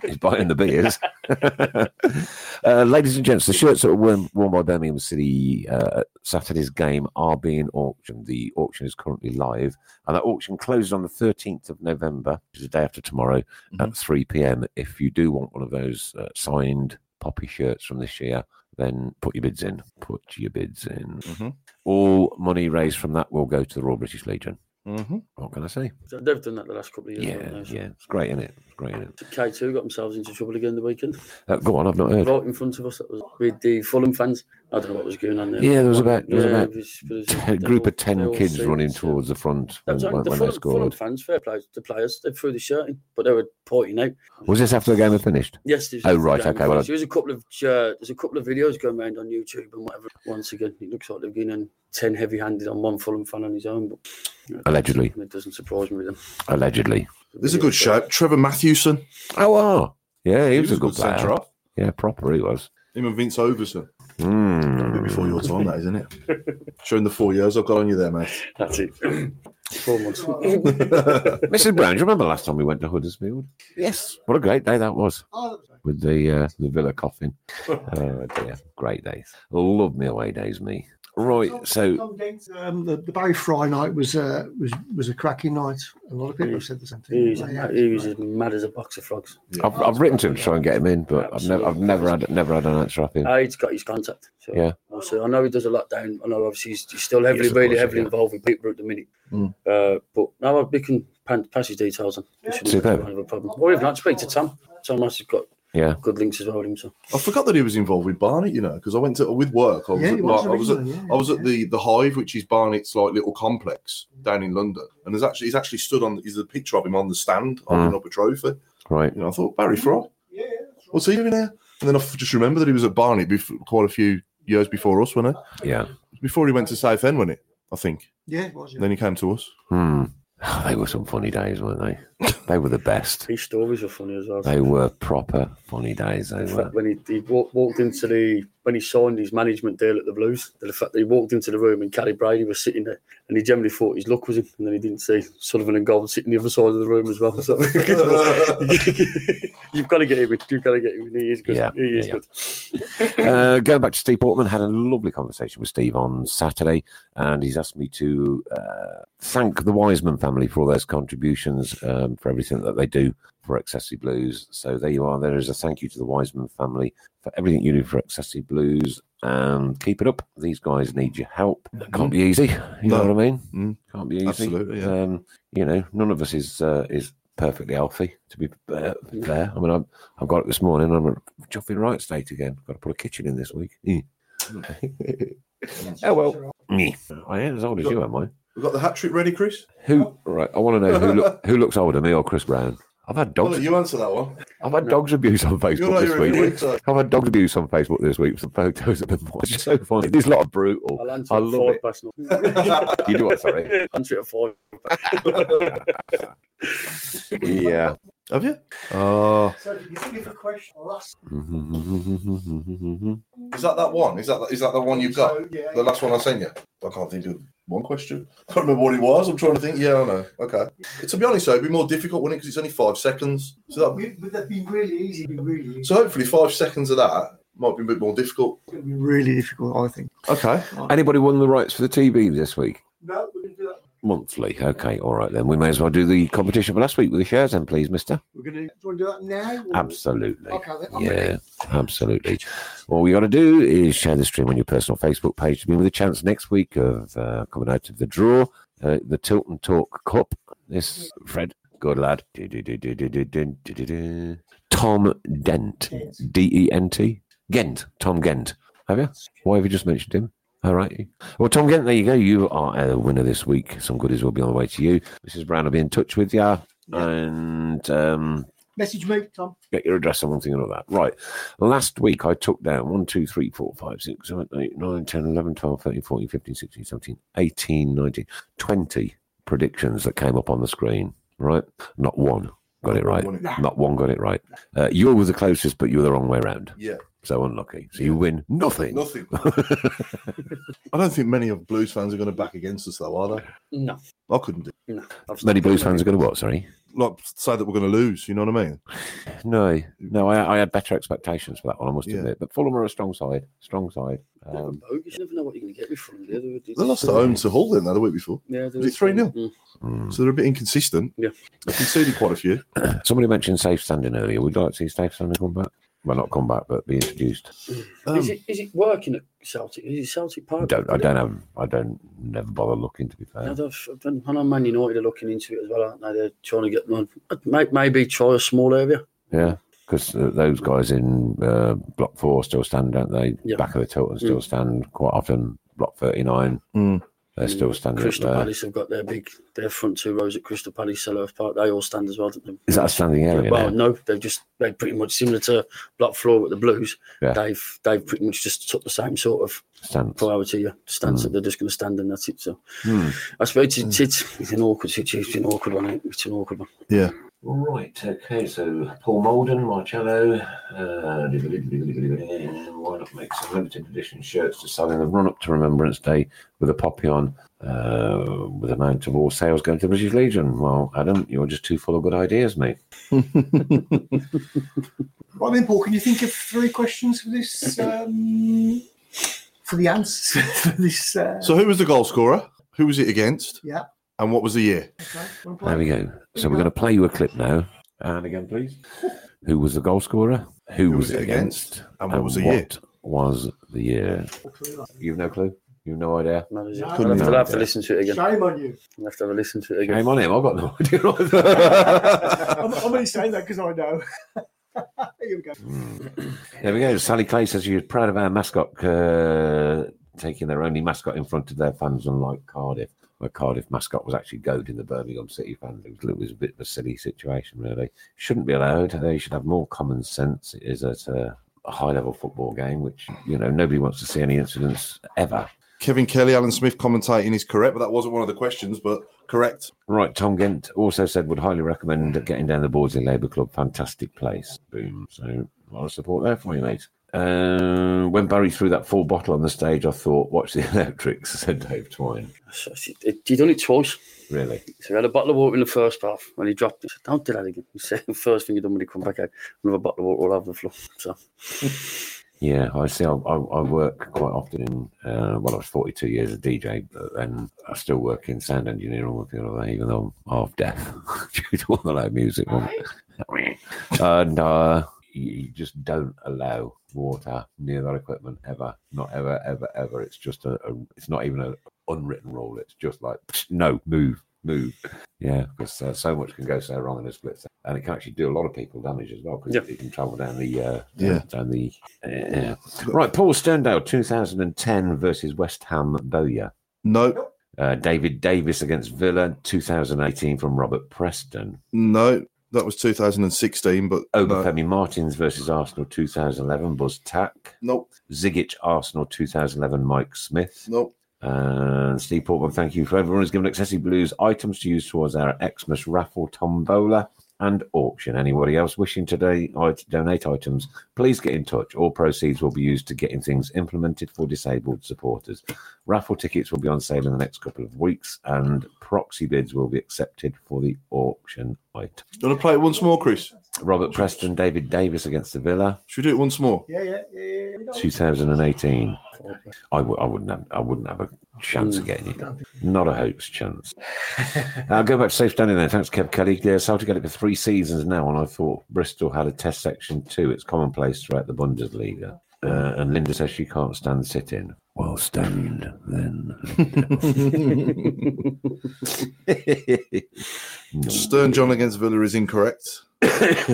C: He's biting the beers. uh, ladies and gents, the shirts that were worn, worn by Birmingham City uh, at Saturday's game are being auctioned. The auction is currently live, and that auction closes on the 13th of November, which is the day after tomorrow at 3 p.m. If you do want one of those uh, signed poppy shirts from this year, then put your bids in. Put your bids in.
D: Mhm.
C: All money raised from that will go to the Royal British Legion.
D: Mm-hmm.
C: What can I say?
E: So They've done that the last couple of years. haven't
C: Yeah,
E: they? So
C: yeah. It's great, isn't it? It's great, isn't it?
E: K2 got themselves into trouble again the weekend.
C: Uh, go on, I've not heard.
E: Right in front of us, that was with the Fulham fans. I don't know what was going on there.
C: Yeah, there was about- there was
E: Yeah,
C: about
E: it was- it was-
C: a group of
E: they all
C: 10 kids
E: seemed
C: running
E: to-
C: towards the front
E: That
C: when,
E: was
C: when,
E: only- the
C: when they
E: Fulham, Fulham
C: scored.
E: fans, fair play to the players. They threw the shirt in, but they were pointing out.
C: Was this after the game had finished?
E: Yes, there's
C: Oh, right, okay, well, I-
E: there's a couple of uh, there's a couple of videos going around on YouTube and whatever. Once again, it looks like they've been in ten heavy-handed on one Fulham fan on his own, but
C: Allegedly.
E: it doesn't surprise me with them.
C: Allegedly.
D: There's a good shout. Trevor Mathewson.
C: Oh, wow. Yeah, he, was, a good, player.
D: centre-half.
C: Yeah, proper he was.
D: Him and Vince Overson. A bit
C: Mm.
D: before your time, that, isn't it? Showing the four years I've got on you there, mate.
E: That's it. Four months.
C: Mrs. Brown, do you remember last time we went to Huddersfield? Yes. What a great day that was
F: Ah,
C: with the uh, the Villa coffin. Oh, dear. Great days. Love me away days, me. Right, so
F: Tom Dent, um, the, the Barry Fry night was uh, was was a cracking night. A lot of people have said the same
E: He
F: thing.
E: was,
F: So, yeah,
E: he was as mad as a box of frogs.
C: I've, I've written to him to try and get him in, but I've never, I've never had, never had an answer off him.
E: Uh, he's got his contact. So
C: Yeah.
E: Also, I know he does a lot down. I know obviously he's, he's still heavily,
C: Yes, of
E: really
C: course, Hmm.
E: heavily
C: yeah.
E: involved with Peterborough at the minute. Uh, but now we can pan, pass his details on. We shouldn't
C: Superb.
E: have a problem. Or if not, speak to Tom. Tom has got
C: Yeah,
E: good links as well with him. So
D: I forgot that he was involved with Barnet, you know, because I went to with work. I was,
F: Yeah,
D: at,
F: he was
D: I was at,
F: originally, yeah,
D: I was at
F: yeah.
D: the the Hive, which is Barnet's like little complex down in London, and there's actually he's actually stood on. Is a picture of him on the stand holding up a trophy?
C: right.
D: You know, I thought Barry Fry. Yeah. What's he doing here? And then I just remember that he was at Barnet before, quite a few years before us, wasn't he?
C: Yeah.
D: Before he went to Southend, wasn't it? I think.
F: yeah, it was.
D: And then he came to us.
C: Hmm. They were some funny days, weren't they? They were the best.
E: his stories are funny as well.
C: They were proper funny days. They
E: The
C: were.
E: fact when he, he walked, walked into the when he signed his management deal at the Blues, the fact that he walked into the room and Cali Brady was sitting there, and he generally thought his luck was him, and then he didn't see Sullivan and Gold sitting the other side of the room as well. So you've got to get him. in. You've got to get him. in. He is good.
C: Yeah,
E: he is
C: yeah,
E: good.
C: Uh, going back to Steve Portman, had a lovely conversation with Steve on Saturday, and he's asked me to uh, thank the Wiseman family for all those contributions, um, for everything that they do for Excessive Blues. So there you are. There is a thank you to the Wiseman family for everything you do for Excessive Blues. And keep it up. These guys need your help. Can't be easy. You
D: No.
C: know what I mean?
D: Mm.
C: Can't be easy.
D: Absolutely, yeah.
C: Um, you know, none of us is uh, is perfectly healthy. To be uh, fair, I mean, I'm, I've got it this morning. I'm at jumping right state again. Got to put a kitchen in this week. Eh. oh well, me. I ain't as old as you, am I?
D: We've got the hat trick ready, Chris.
C: Who? Right. I want to know who look, who looks older, me or Chris Brown. I've had
D: I'll
C: dogs.
D: let you answer that one.
C: I've had dogs abuse on
D: You're
C: Facebook
D: not
C: this
D: your
C: week.
D: influencer.
C: I've had dogs abuse on Facebook this week. Some photos have been watched. It's so funny. There's a lot of brutal.
E: I'll answer
C: I
E: at
C: love
E: five
C: it.
E: past now.
C: You do what? Sorry.
E: answer at five.
C: Yeah.
D: Have you? Oh,
F: So if you think of a question, I'll ask.
D: is that that one? Is that is that the one you've got?
F: So, yeah,
D: The last one I sent you. I can't think of one question. I can't remember what it was. I'm trying to think. Yeah, I know. Okay. To be honest, though, it'd be more difficult, wouldn't it? Because it's only five seconds. So, that,
F: Would would that be really easy? It'd be really easy.
D: so hopefully, five seconds of that might be a bit more difficult.
F: It's going to be really difficult, I think.
D: Okay.
C: Anybody won the rights for the TV this week?
F: No, we're going to do that.
C: Monthly. Okay, all right then. We may as well do the competition for last week with the shares then, please, mister.
F: We're going to. Do you want to do that now?
B: Mm.
F: or-
C: Absolutely.
F: Okay, then. I'm ready.
C: Yeah, absolutely. All we got to do is share the stream on your personal Facebook page to be with a chance next week of uh, coming out of the draw, uh, the Tilt and Talk Cup. This, Fred, good lad. Du-du-du-du-du-du-du-du-du. Tom Dent, D E N T, Gent, Tom Gent. Have you? Why have you just mentioned him? All right. Well, Tom Gent, there you go. You are a winner this week. Some goodies will be on the way to you. Mrs. Brown will be in touch with you. And um,
F: Message me, Tom.
C: get your address and one thing and all that. Right. Last week I took down 1, 2, 3, 4, 5, 6, 7, 8, 9, 10, 11, 12, 13, 14, 15, 16, 17, 18, 19, 20 predictions that came up on the screen. Right? Not one got it right. Not one got it right. Uh, you were the closest, but you were the wrong way around.
D: Yeah.
C: So unlucky. So you win nothing.
D: Nothing. I don't think many of Blues fans are going to back against us, though, are they?
E: No,
D: I couldn't do.
E: no. I've
C: Many Blues
E: stopped doing
C: fans are going to what? Sorry.
D: Like, say that we're going to lose. You know what I mean?
C: No, no. I, I had better expectations for that one. I must
D: Yeah.
C: admit. But Fulham are a strong side. Strong side.
E: that.
C: Um,
E: You never know what you're going to get with from the other.
D: They lost at home to Hull, didn't they, the week before?
E: Yeah, there
D: Was it 3-0?
E: Mm.
D: So they're a bit inconsistent.
E: Yeah.
D: They conceded quite a few.
C: Somebody mentioned safe standing earlier. Would you like to see safe standing come back? Well, not come back, but be introduced.
E: Mm. is it is it working at Celtic? Is it Celtic
C: I
E: Park?
C: don't, I don't have, I don't never bother looking. To be
E: Yeah,
C: fair,
E: they've- I've been- I know Man United are looking into it as well, aren't they? They're trying to get one. may- Maybe try a small area.
C: yeah, because uh, those guys in uh, block four still stand, don't they?
E: Yeah.
C: Back of the Tilton still stand quite often. Block thirty nine,
D: Mm.
C: they're still standing up
E: Crystal
C: there.
E: Palace have got their big, their front two rows at Crystal Palace, Selhurst Park. They all stand as well, don't they?
C: Is that a standing area?
E: well,
C: now?
E: no, they've just they pretty much similar to Black Floor with the Blues.
C: Yeah.
E: They've they've pretty much just took the same sort of
C: Stance.
E: priority yeah, stance that they're just going to stand and that's it. So
C: Mm. Hmm.
E: I suppose it's, it's, it's an awkward situation. It's an awkward one. eh? It's an awkward one.
D: Yeah.
C: Right, okay, so Paul Molden, Marcello, uh, why not make some limited edition shirts to sell in the run up to Remembrance Day with a poppy on, uh, with amount of all sales going to the British Legion? Well, Adam, you're just too full of good ideas, mate.
F: Right then, Paul, can you think of three questions for this um, for the answers for this. Uh,
D: So who was the goal scorer? Who was it against?
F: yeah.
D: And what was the year?
F: Okay. Wanna play?
C: There we go. So we're going to play you a clip now. And again, please. Who was the goal scorer? Who, was, it against?
D: And what was the year?
C: Was the year? You've no clue. You've no idea.
H: Manager.
F: No.
H: I'll have, to, I'll have to listen to it again.
F: Shame on you.
H: I'll have to have a listen to it again.
C: Game on him. I've got no idea. either.
F: I'm, I'm only saying that because I know. Here we go.
C: there Hmm. we go. Sally Clay says she was proud of our mascot uh, taking their only mascot in front of their fans, unlike Cardiff, where Cardiff mascot was actually goading the Birmingham City fans. It was, it was a bit of a silly situation, really. Shouldn't be allowed. They should have more common sense. It is at a high level football game, which, you know, nobody wants to see any incidents ever.
D: Kevin Kelly, Alan Smith commentating is correct, but that wasn't one of the questions, but correct.
C: Right, Tom Gent also said would highly recommend getting down the Bordesley Labour Club. Fantastic place. Boom. So a lot of support there for you, mate. Uh, when Barry threw that full bottle on the stage, I thought, watch the electrics, said Dave Twine.
H: So she- it- He done it twice.
C: Really?
H: So he had a bottle of water in the first half when he dropped it. He said, Don't do that again. He said, the first thing he done when he come back out, another bottle of water all over the floor. So
C: Yeah, I see. I, I, I work quite often in, uh, well, I was 42 years a DJ, but then I still work in sound engineering, all the other, even though I'm half deaf due to all the loud music. and uh, you you just don't allow water near that equipment ever, not ever, ever, ever. It's just a, a it's not even an unwritten rule. It's just like, no, move, move. Yeah, because uh, so much can go so wrong in a split second. And it can actually do a lot of people damage as well because
H: Yeah.
C: it can travel down the, uh,
D: Yeah.
C: down the yeah. Right, Paul Sterndale, 2010 versus West Ham Bowyer.
D: No,
C: Uh, David Davis against Villa, 2018 from Robert Preston.
D: no, that was 2016, but no,
C: Obafemi Martins versus Arsenal, 2011, Buzz Tack.
D: nope,
C: Zigic, Arsenal, 2011, Mike Smith.
D: nope.
C: And Steve Portman, thank you for everyone who's given Accessi Blues items to use towards our Xmas raffle tombola and auction. Anybody else wishing today I donate items, please get in touch. All proceeds will be used to getting things implemented for disabled supporters. Raffle tickets will be on sale in the next couple of weeks, and proxy bids will be accepted for the auction item.
D: You want to play it once more, Chris?
C: Robert Preston, David Davis against the Villa.
D: Should we do it once more?
F: Yeah, yeah, yeah. yeah. We don't-
C: 2018. I w- I wouldn't have I wouldn't have a chance of getting it. Not a hoax chance. I'll go back to safe standing there. Thanks, Kev Kelly. Yeah, Celtic had it for three seasons now, and I thought Bristol had a test section too. It's commonplace throughout the Bundesliga. Uh, and Linda says she can't stand sitting. Well, stand then.
D: Stern John against Villa is incorrect.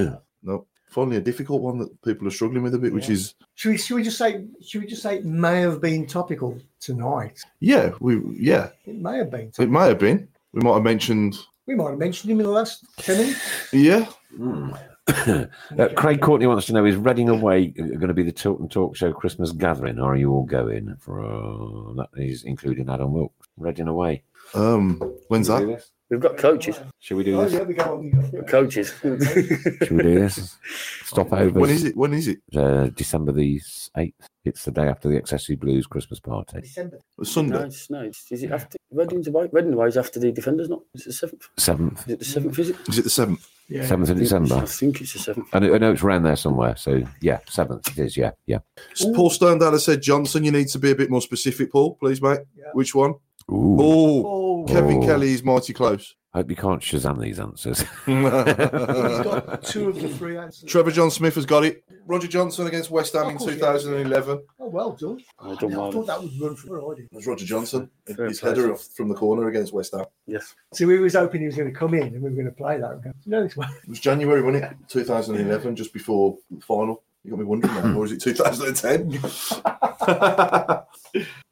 D: nope. Finally, a difficult one that people are struggling with a bit, which is
F: Should we, should we just say? Should we just say it may have been topical tonight?
D: yeah, we yeah,
F: It may have been.
D: it might have been. We might have mentioned
F: We might have mentioned him in the last ten minutes.
D: yeah.
C: Uh, Craig Courtney wants to know: Is Reading away going to be the Tilton Talk Show Christmas gathering? Or are you all going? From that is including Adam Wilkes. Reading away.
D: Um, when's
C: Shall we do
D: that?
C: this?
H: we've got coaches.
C: Shall we do
F: Oh
C: this?
F: yeah, we go on. We go.
H: We've got coaches.
C: Shall we do this? Stop over.
D: Oh, When is it? When is it?
C: Uh, December the eighth. It's the day after the Accessory Blues Christmas party.
F: December.
H: no,
D: Sunday.
H: it's, no, it's, is it after Reading's away? Reading away is after the defenders, not? Is it the seventh?
C: Seventh,
H: Is it the seventh? Is it?
D: Is it the seventh?
F: Yeah.
C: seventh of
H: I
C: December.
H: think it's the seventh.
C: I know, I know it's around there somewhere. So yeah, seventh it is. Yeah, yeah.
D: Paul Sterndale has said Johnson. You need to be a bit more specific, Paul, please, mate.
F: Yeah.
D: Which one?
C: Ooh.
D: Oh,
F: Oh,
D: Kevin
C: Oh.
D: Kelly is mighty close.
C: Hope you can't Shazam these answers.
F: he's got two of the three answers.
D: Trevor John Smith has got it. Roger Johnson against West Ham
F: Of
D: in
F: course, yeah.
D: 2011.
F: Oh, well done.
H: I
F: I,
H: don't
F: know, I
H: mind.
F: thought that would run for an idea.
D: It was Roger Johnson.
H: Fair
D: His
H: play.
D: header off from the corner against West Ham.
H: Yes.
F: See, we was hoping he was going to come in and we were going to play that. and go, No, this one.
D: It was January, wasn't it? 2011, just before the final. You got me wondering now, or is it 2010?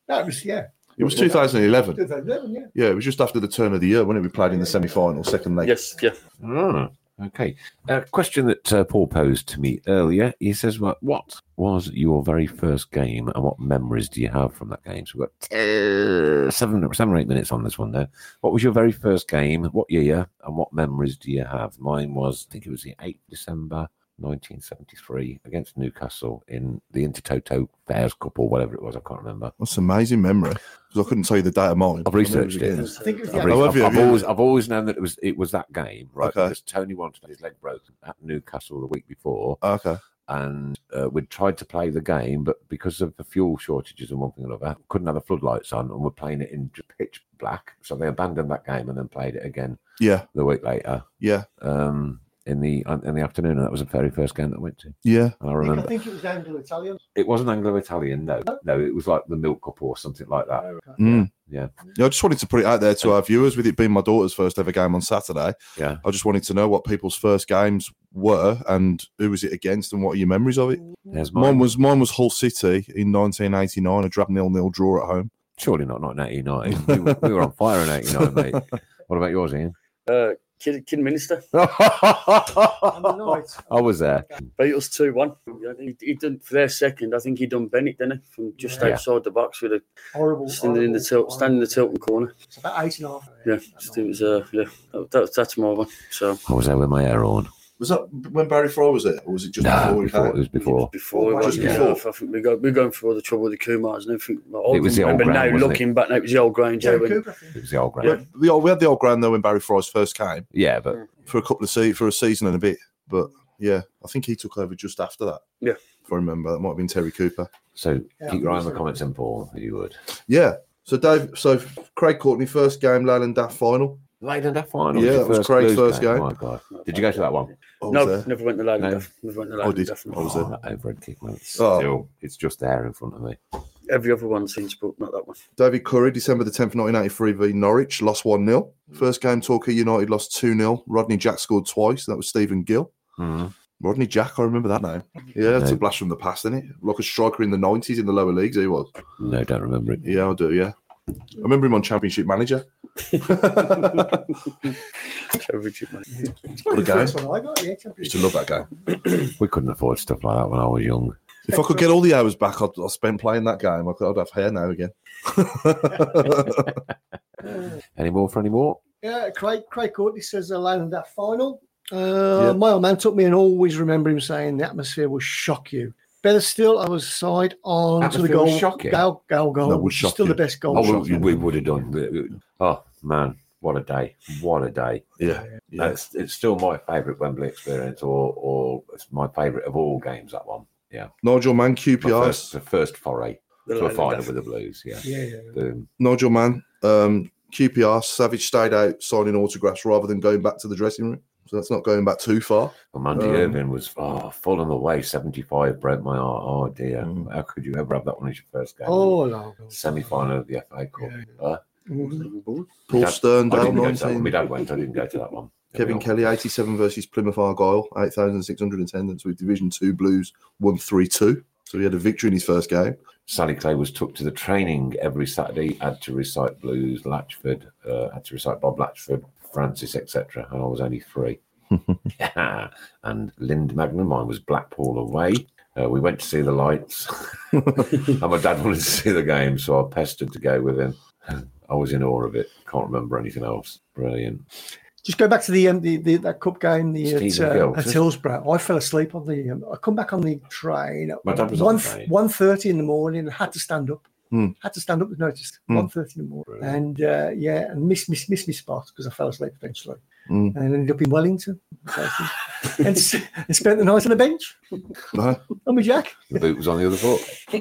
F: That was yeah.
D: it was 2011.
F: Good then, yeah.
D: Yeah, it was just after the turn of the year, when it? We played in the semi final, second leg.
H: Yes. Yeah.
C: Ah, okay. A question that uh, Paul posed to me earlier. He says, "What what was your very first game, and what memories do you have from that game?" So we've got uh, seven seven or eight minutes on this one now. What was your very first game? What year and what memories do you have? Mine was, I think it was the eighth December. 1973 against Newcastle in the Intertoto Bears Cup or whatever it was, I can't remember.
D: That's an amazing memory. 'Cause I couldn't tell you the date of mine.
C: I've researched it.
D: Again.
F: I think it was
C: I've,
F: yeah.
D: really-
C: I've-
D: have you?
C: I've always I've always known that it was it was that game, right?
D: Okay.
C: Because Tony wanted his leg broken at Newcastle the week before,
D: Ah, Okay.
C: and uh, we'd tried to play the game, but because of the fuel shortages and one thing or another, couldn't have the floodlights on, and we're playing it in j- pitch black. So they abandoned that game and then played it again
D: Yeah,
C: the week later
D: yeah,
C: um, in the on- in the afternoon, and that was the very first game that I went to.
D: yeah.
C: I
F: I think, I
C: remember
F: think it was Anglo-Italian.
C: it wasn't Anglo-Italian, no, no, it was like the Milk Cup or something like that.
D: Mm.
C: Yeah.
D: I just wanted to put it out there to our viewers with it being my daughter's first ever game on Saturday.
C: Yeah.
D: I just wanted to know what people's first games were and who was it against and what are your memories of it.
C: There's
D: Mine
C: mine.
D: was mine was Hull City in 1989, a drab nil nil draw at home.
C: Surely not, not in 89. We were, we were on fire in 89, mate. What about yours, Ian?
H: Uh, Kid, Kid Minister
F: And the
C: I
F: night.
C: was there.
H: beat us two one. He, he done for their second. I think he done Bennett, didn't he? From just
C: Yeah.
H: outside the box with a
F: Horrible.
H: standing in the
F: horrible,
H: tilt, standing in the
F: horrible.
H: tilting corner.
F: It's about eight and a half.
H: Yeah, just it was. Uh, yeah, that, that's my one. So
C: I was there with my hair on.
D: Was that when Barry Fry was it, or was it just
C: No,
D: before he
C: before, it
D: came?
C: was before.
H: before,
D: Just
H: yeah,
D: before.
H: I think we go, we're going through all the trouble with the Kumars and everything. Like,
C: It was the old
H: remember
C: ground,
H: now,
C: wasn't
H: looking back, now it was the old ground. Yeah,
F: Jerry
H: when,
F: Cooper, I think.
C: It was the old
D: Yeah,
C: ground.
D: the old, we had the old grand though when Barry Fry's first came
C: Yeah, but
D: for a couple of se- for a season and a bit, but yeah, I think he took over just after that.
H: Yeah.
D: if I remember, that might have been Terry Cooper.
C: so
F: Yeah,
C: keep your eye on the
F: obviously.
C: comments and Paul, if you would.
D: Yeah. So Dave, so Craig Courtney first game Leyland Daff final.
C: Leyland that final.
D: Yeah,
C: your
D: that was
C: first
D: Craig's
C: Blues
D: first game.
C: Oh my god! Did you go to that one?
D: I was
H: no,
D: there.
H: never went to Leyland.
C: No.
H: Duff, Never went to
D: did.
H: Leyland. Duff, no.
D: I was
C: oh,
D: there.
C: that overhead kick, man. It's
D: Oh.
C: Still, it's just there in front of me.
H: Every other one since, but not that one.
D: David Curry, December the 10th, 1983 v Norwich, lost 1 0. First game, Torquay United lost 2 0. Rodney Jack scored twice. That was Stephen Gill. Mm-hmm. Rodney Jack, I remember that name. Yeah, it's a
C: No.
D: blast from the past, isn't it? Like a striker in the 90s in the lower leagues, he was.
C: No, don't remember it.
D: Yeah, I do, yeah. I remember him on Championship Manager.
H: Every chip, mate.
F: It's probably the first one I got. Yeah,
D: Used to love that game.
C: We couldn't afford stuff like that when I was young.
D: If I could get all the hours back I'd, I spent playing that game, I'd, I'd have hair now again.
C: Any more for any more?
F: Yeah, Craig, Craig Courtney says they're in that final. Uh, My old man took me and always remember him saying the atmosphere will shock you. Better still, I was side on to the
C: Atmosphere will
F: goal.
C: shock you?
F: Goal, goal, goal.
D: That will
F: which is
D: shock
F: still
D: you.
F: the best goal.
C: Oh,
F: shock.
C: we, would have done. Oh man, what a day! What a day!
D: yeah.
C: No, it's, it's still my favourite Wembley experience, or or it's my favourite of all games. That one, yeah.
D: Nigel Mann,
C: My
D: QPR.
C: first, the first foray
H: The
C: to a
H: Leyland
C: final
H: Duff.
C: with the Blues. Yeah.
F: Yeah, yeah.
C: Boom.
D: Nigel Mann, um, QPR, Savage stayed out signing autographs rather than going back to the dressing room. So that's not going back too far.
C: And Mandy
D: Um,
C: Irving was oh, full on the way. Seventy-five broke my heart. Oh dear,
D: Mm.
C: how could you ever have that one as your first game?
F: Oh, no. Mm-hmm.
C: Semi-final of the FA Cup.
F: Yeah.
C: Huh?
D: Paul
C: Yeah,
D: Stern,
C: I
D: Dale
C: didn't go to that one. My
D: 19.
C: dad went. I didn't go to that one.
D: Kevin
C: There
D: Kelly, 87 versus Plymouth Argyle, 8,600 attendance with Division 2 Blues, 132. So he had a victory in his first game.
C: Sally Clay was took to the training every Saturday, had to recite blues, Latchford, uh, had to recite Bob Latchford, Francis, etc. And I was only three. and Lind Magnum, mine was Blackpool away. Uh, we went to see the lights, and my dad wanted to see the game, so I pestered to go with him. I was in awe of it. Can't remember anything else. Brilliant.
F: Just go back to the, um, the, the that cup game the, at,
C: Stephen
F: uh,
C: Gill,
F: at
C: just-
F: Hillsborough. I fell asleep on the. Um, I come back on the train at
C: My dad was on
F: one
C: the train.
F: one thirty in the morning and had to stand up.
D: Hmm.
F: Had to stand up with notice.
D: Hmm.
F: One thirty in the morning, and uh, yeah, and miss miss miss my spot because I fell asleep eventually,
D: Hmm.
F: and ended up in Wellington, and, s- and spent the night on a bench.
D: No.
F: I'm with Jack.
C: The boot was on the other foot.
D: I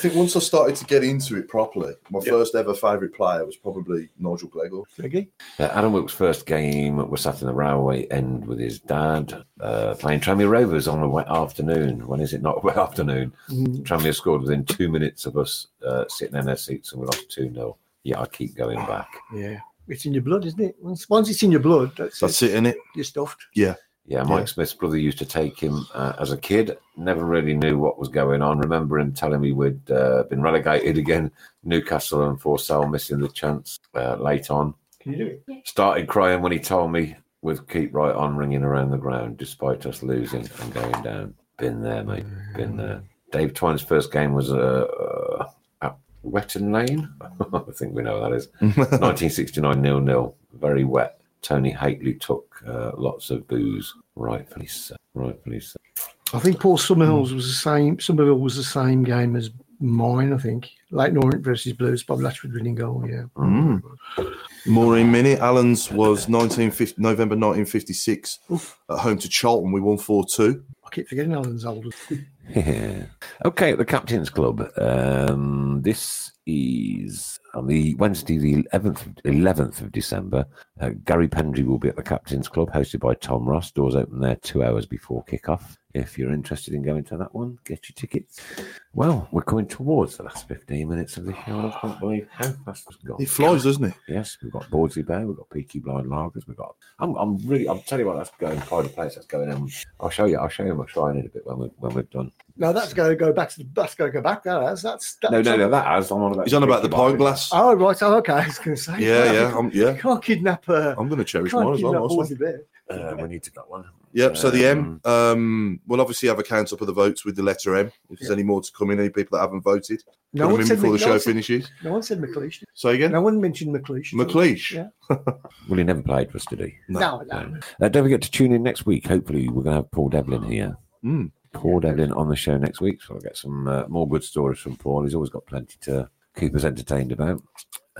D: think once I started to get into it properly, my first ever favourite player was probably Nigel Glegor.
F: Greggy.
C: Uh, Adam Wilkes' first game was sat in the railway end with his dad, uh, playing Tranmere Rovers on a wet afternoon. When is it not a wet afternoon? Tranmere scored within two minutes of us uh, sitting in their seats and we lost 2 0. Yeah, I keep going back.
F: Yeah, it's in your blood, isn't it? Once, once it's in your blood, that's,
D: That's
F: it.
D: it, innit?
F: You're stuffed.
C: Yeah, Mike
D: Yeah.
C: Smith's brother used to take him uh, as a kid. Never really knew what was going on. Remember him telling me we'd uh, been relegated again. Newcastle and Forsell missing the chance uh, late on.
F: Can you do it?
C: Started crying when he told me with keep right on ringing around the ground despite us losing and going down. Been there, mate. Been there. Dave Twine's first game was uh, uh, at Wetton Lane. I think we know what that is. 1969 nil nil. Very wet. Tony Hateley took uh, lots of booze. Rightfully so. Rightfully so.
F: I think Paul Summerhill's was the same. Somerville was the same game as mine. I think Leighton Orient versus Blues, Bob Latchford winning goal. Yeah.
D: Maureen Minnie, Allen's was 1950, November 1956 at home to Charlton. We won 4 2.
F: I keep forgetting Alan's older.
C: Yeah. Okay, the Captain's Club. Um, this is on the Wednesday, the 11th, 11th of December. Uh, Gary Pendry will be at the Captain's Club, hosted by Tom Ross. Doors open there two hours before kick-off. If you're interested in going to that one, get your tickets. Well, we're coming towards the last 15 minutes of the show. I can't believe how fast it's gone.
D: He flies, doesn't he?
C: Yes, we've got Bawdsey Bear, we've got Peaky Blind Lagers, we've got. I'm, I'm really. I'm telling you what, that's going quite a place. That's going. Um, I'll show you. I'll show you my shrine in a bit when we when we've done.
F: No, that's going to go back to the. That's going to go back. That has. That's. that's
C: No, no, no. That has. I'm on about.
D: He's on about the
C: Peaky Blinders.
D: pint glass.
F: Oh right. Oh, okay. I was going to say.
D: Yeah, yeah, I'm, yeah.
F: Can't kidnap her.
D: I'm going to cherish
F: Can't
D: mine as
F: kidnap
D: well.
F: Aussie
D: Awesome.
F: Bear.
C: Uh, we need to that one.
D: Yep. So the M,
C: Um,
D: um, we'll obviously have a count up of the votes with the letter M. If there's any more to come in, any people that haven't voted, put
F: No
D: them
F: one
D: in
F: said
D: before the
F: Mc- no
D: show
F: one said-
D: finishes.
F: No one said McLeish.
D: So again,
F: No one mentioned McLeish.
D: McLeish.
F: Yeah.
C: Well, he never played for us, did he?
F: No, no.
C: Uh, don't forget to tune in next week. Hopefully, we're going to have Paul Devlin here.
D: Mm.
C: Paul Devlin on the show next week, so I'll get some uh, more good stories from Paul. He's always got plenty to keep us entertained about.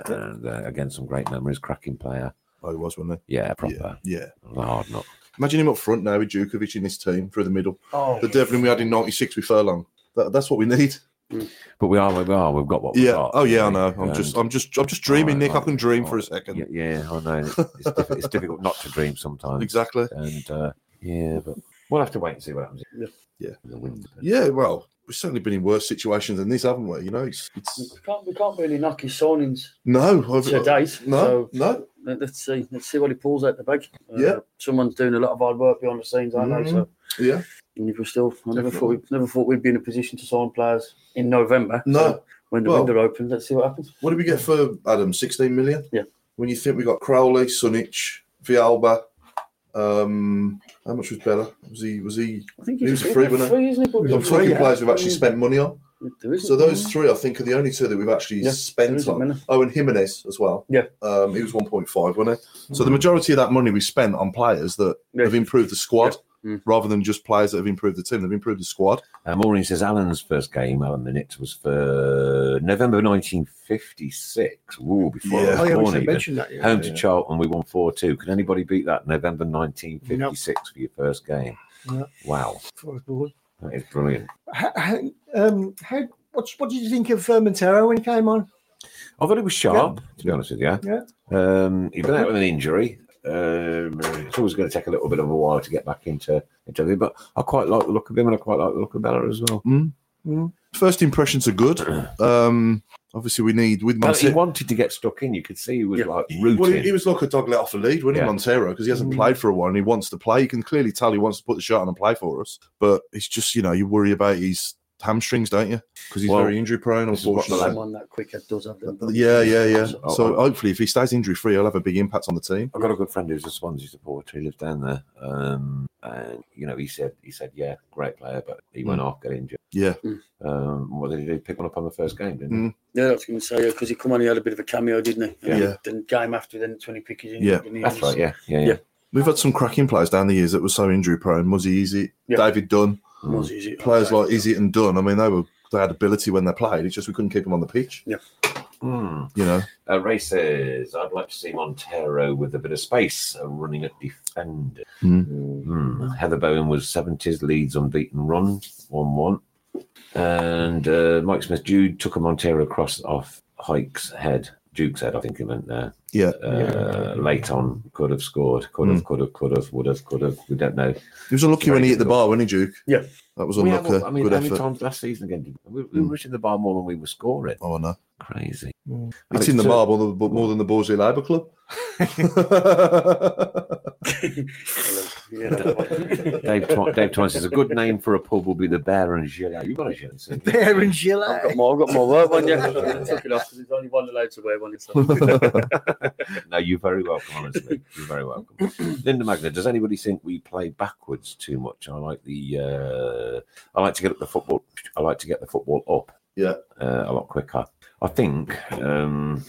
C: And uh, again, some great memories. Cracking player.
D: Oh, he was, wasn't
C: Yeah,
D: he?
C: proper.
D: Yeah. yeah.
C: Hard not.
D: Imagine him up front now with Djokovic in his team through the middle. Oh. The Devlin we had in 96 with Furlong. That, that's what we need.
C: But we are where we are. We've got what we've
D: Yeah.
C: got.
D: Oh yeah, I know. I'm
C: And-
D: just, I'm just, I'm just dreaming, Nick. I can dream for a second.
C: Yeah, yeah I know. It's, it's, diff- it's difficult not to dream sometimes.
D: Exactly.
C: And uh, yeah, but we'll have to wait and see what happens.
H: Yeah.
D: Yeah.
C: The wind.
D: Yeah. Well, we've certainly been in worse situations than this, haven't we? You know, it's,
H: We
D: it's
H: can't, we can't really knock his signings
D: no, I've-
H: to date.
D: no,
H: So
D: no.
H: let- let's see. Let's see what he pulls out the bag. Uh,
D: Yeah. Mm-hmm.
H: Someone's doing a lot of hard work behind the scenes, aren't they? So
D: Yeah.
H: and if we're still, I never
D: Definitely.
H: thought, we, never thought we'd be in a position to sign players in November.
D: No.
H: So when the
D: Well-
H: window opens, let's see what happens.
D: What did we get for Adam? 16 million?
H: Yeah.
D: When you think we got Crowley, Sunich, Vialba, um, how much was Bella? Was he, was he,
H: I think
D: He was
H: he's
D: a free winner.
H: free, isn't he?
D: I'm talking players we've actually spent money on.
H: There isn't.
D: So those three, I think, are the only two that we've actually
H: Yeah, there
D: spent
H: isn't
D: on.
H: many.
D: Oh, and Jimenez as well.
H: Yeah. Hmm.
D: Um, he was 1.5, wasn't it? So the majority of that money we spent on players that
H: Yeah.
D: have improved the squad
H: Yeah. Mm.
D: rather than just players that have improved the team. They've improved the squad.
C: Uh, Maureen says Alan's first game, Alan Minutes, was for November 1956. Ooh, before
D: Yeah.
C: I was
F: Oh, yeah,
C: born
F: we should
C: even.
F: mention that. Yeah.
C: Home to Charlton, we won 4 2. Can anybody beat that November 1956 for your first game?
F: No.
C: Wow,
F: Before I was born.
C: that is brilliant.
F: How, how- um, how, what, what did you think of uh, Montero when he came on?
C: I thought he was sharp, to be honest with you.
F: Yeah.
C: Um, he'd been out with an injury. Um, it's always going to take a little bit of a while to get back into into it, but I quite like the look of him and I quite like the look of Bella as well.
D: First impressions are good. Um, obviously, we need with
C: But he
D: Monte-
C: wanted to get stuck in. You could see he was
H: Yeah.
C: like rooting.
D: Well, he, he was like a dog let off the lead, wasn't
C: Yeah.
D: he, Montero? Because he hasn't
F: Mm.
D: played for a while and he wants to play. You can clearly tell he wants to put the shirt on and play for us. But it's just, you know, you worry about his hamstrings, don't you? Because he's
C: Well,
D: very injury prone,
C: this is what
D: unfortunately. Uh,
H: someone that quick that does have them.
D: Yeah, yeah, yeah.
H: So-
C: Oh,
D: So
C: oh.
D: hopefully, if he stays injury free, he'll have a big impact on the team.
C: I've got a good friend who's a Swansea supporter. He lives down there, um, and you know, he said, he said, yeah, great player, but he went off, got injured.
D: Yeah.
C: Um, what did he do? Pick one up on the first game, didn't he?
H: Yeah, that's going to say because he come on, he had a bit of a cameo, didn't he?
D: Yeah.
H: And Then game after, then twenty pickers.
D: Yeah.
C: That's right. Yeah, yeah, yeah.
H: Yeah.
D: We've had some cracking players down the years that were so injury prone. Muzzy Izzy,
H: Yeah.
D: David Dunn,
H: Was easy.
D: players like Izzy and Dunn. I mean, they were they had ability when they played. It's just we couldn't keep them on the pitch.
C: Mm.
D: You know,
C: Uh, races. I'd like to see Montero with a bit of space uh, running at defender.
D: Hmm.
C: Mm. Heather Bowen was seventies Leeds unbeaten run one one, and uh, Mike Smith Jude took a Montero cross off Hike's head. Duke's head, I think he meant there.
D: yeah, Hmm.
C: uh, late on could have scored, could have, could have, could have, would have, could have. We don't know.
D: he was unlucky when he hit the bar, wasn't he, Duke?
H: Yeah.
D: that was
C: We
D: unlucky.
C: have, I mean,
D: Good
C: how many
D: effort. Hmm.
C: times last season again? did- We, we were reaching the bar more than we were scoring.
D: Oh, I know.
C: Crazy.
D: It's
C: Alex
D: in the
C: Tur-
D: marble more than, but more than the Borsley Labour Club.
H: Yeah, that one.
C: Dave, Tw- Dave Twine says a good name for a pub will be the Bear and Gillette. You've got a Gillette. haven't you?
F: There and
D: Oh,
H: I've got more. I've
F: Gillette.
H: got more work one. Yeah, I took it off because there's only one allowed to wear one. So.
C: No, you're very welcome, honestly. You're very welcome. Linda Magna, does anybody think we play backwards too much? I like the uh, I like to get up the football I like to get the football up
D: yeah,
C: uh, a lot quicker. I think um,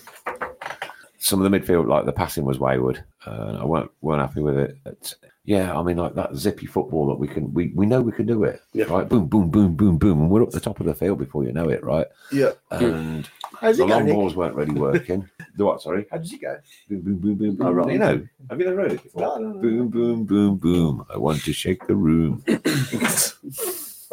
C: some of the midfield, like the passing was wayward. Uh, I weren't weren't happy with it. But, yeah, I mean, like that zippy football that we can, we, we know we can do it.
E: Yeah.
C: Right, boom, boom, boom, boom, boom, and we're up the top of the field before you know it. Right,
D: Yeah.
C: and
F: How's
C: the
F: it
C: long
F: going? Nick?
C: balls weren't really working. the what? Sorry, how does it go? Boom, boom, boom, boom. boom.
E: Oh, right.
C: You know, have you never heard it before?
F: No, no, no.
C: Boom, boom, boom, boom. I want to shake the room.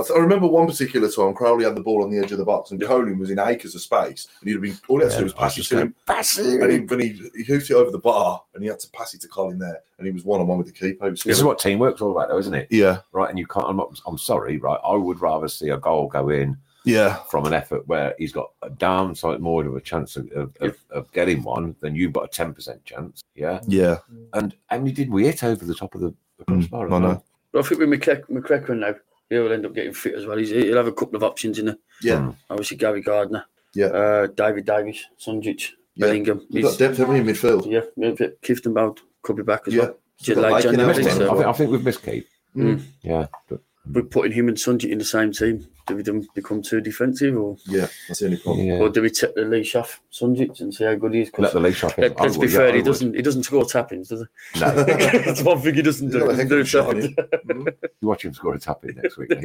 D: I, th- I remember one particular time Crowley had the ball on the edge of the box and Colin was in acres of space and he'd have been all he had to do
C: I was
D: was pass it
C: just
D: to
C: going,
D: him.
C: pass
D: And he,
C: it.
D: when he, he hoofed it over the bar and he had to pass it to Colin there and he was one on one with the keeper. It was
C: This is
D: scary.
C: what teamwork's all about, though, isn't it?
D: yeah,
C: Right, and you can't. I'm not. I'm sorry. Right, I would rather see a goal go in
D: yeah,
C: from an effort where he's got a damn sight more of a chance of, of, of, of getting one than you've got a ten percent chance. Yeah.
D: yeah.
C: And how many did we hit over the top of the, the crossbar? as
D: I know.
C: well?
E: But I think with McCre- McCracken now, he'll end up getting fit as well. He's, he'll have a couple of options in there.
D: Yeah.
E: Obviously, Gary Gardner,
D: Yeah.
E: uh, David Davis, Sunjic,
D: Yeah.
E: Bellingham.
D: We've got
E: He's,
D: depth, haven't we, in midfield?
E: yeah, yeah, Clifton Bowd could be back as
D: Yeah.
E: well. Just
D: got
E: like
D: Aiken
E: Jan
D: out
C: Missed
D: as
C: it.
E: Davis,
D: well.
C: I think, Hmm. I think we've missed Keith.
D: Mm.
C: Yeah. But,
E: We're putting him and Sunjic in the same team. Do we then become too defensive or,
D: Yeah, that's the only problem.
C: yeah.
E: or do we take the leash off Sunjic and see how good he is? 'Cause
C: Let the leash off him.
E: let- let's
C: I
E: be
C: would, yeah,
E: fair,
C: I
E: he
C: would.
E: doesn't he doesn't score tappings, does he?
C: No.
E: That's one thing he doesn't
D: He's
E: do.
D: got a
E: He
D: heck of
E: doesn't do
D: a shot in
E: tappings.
D: it.
C: You watch him score a tap in next week.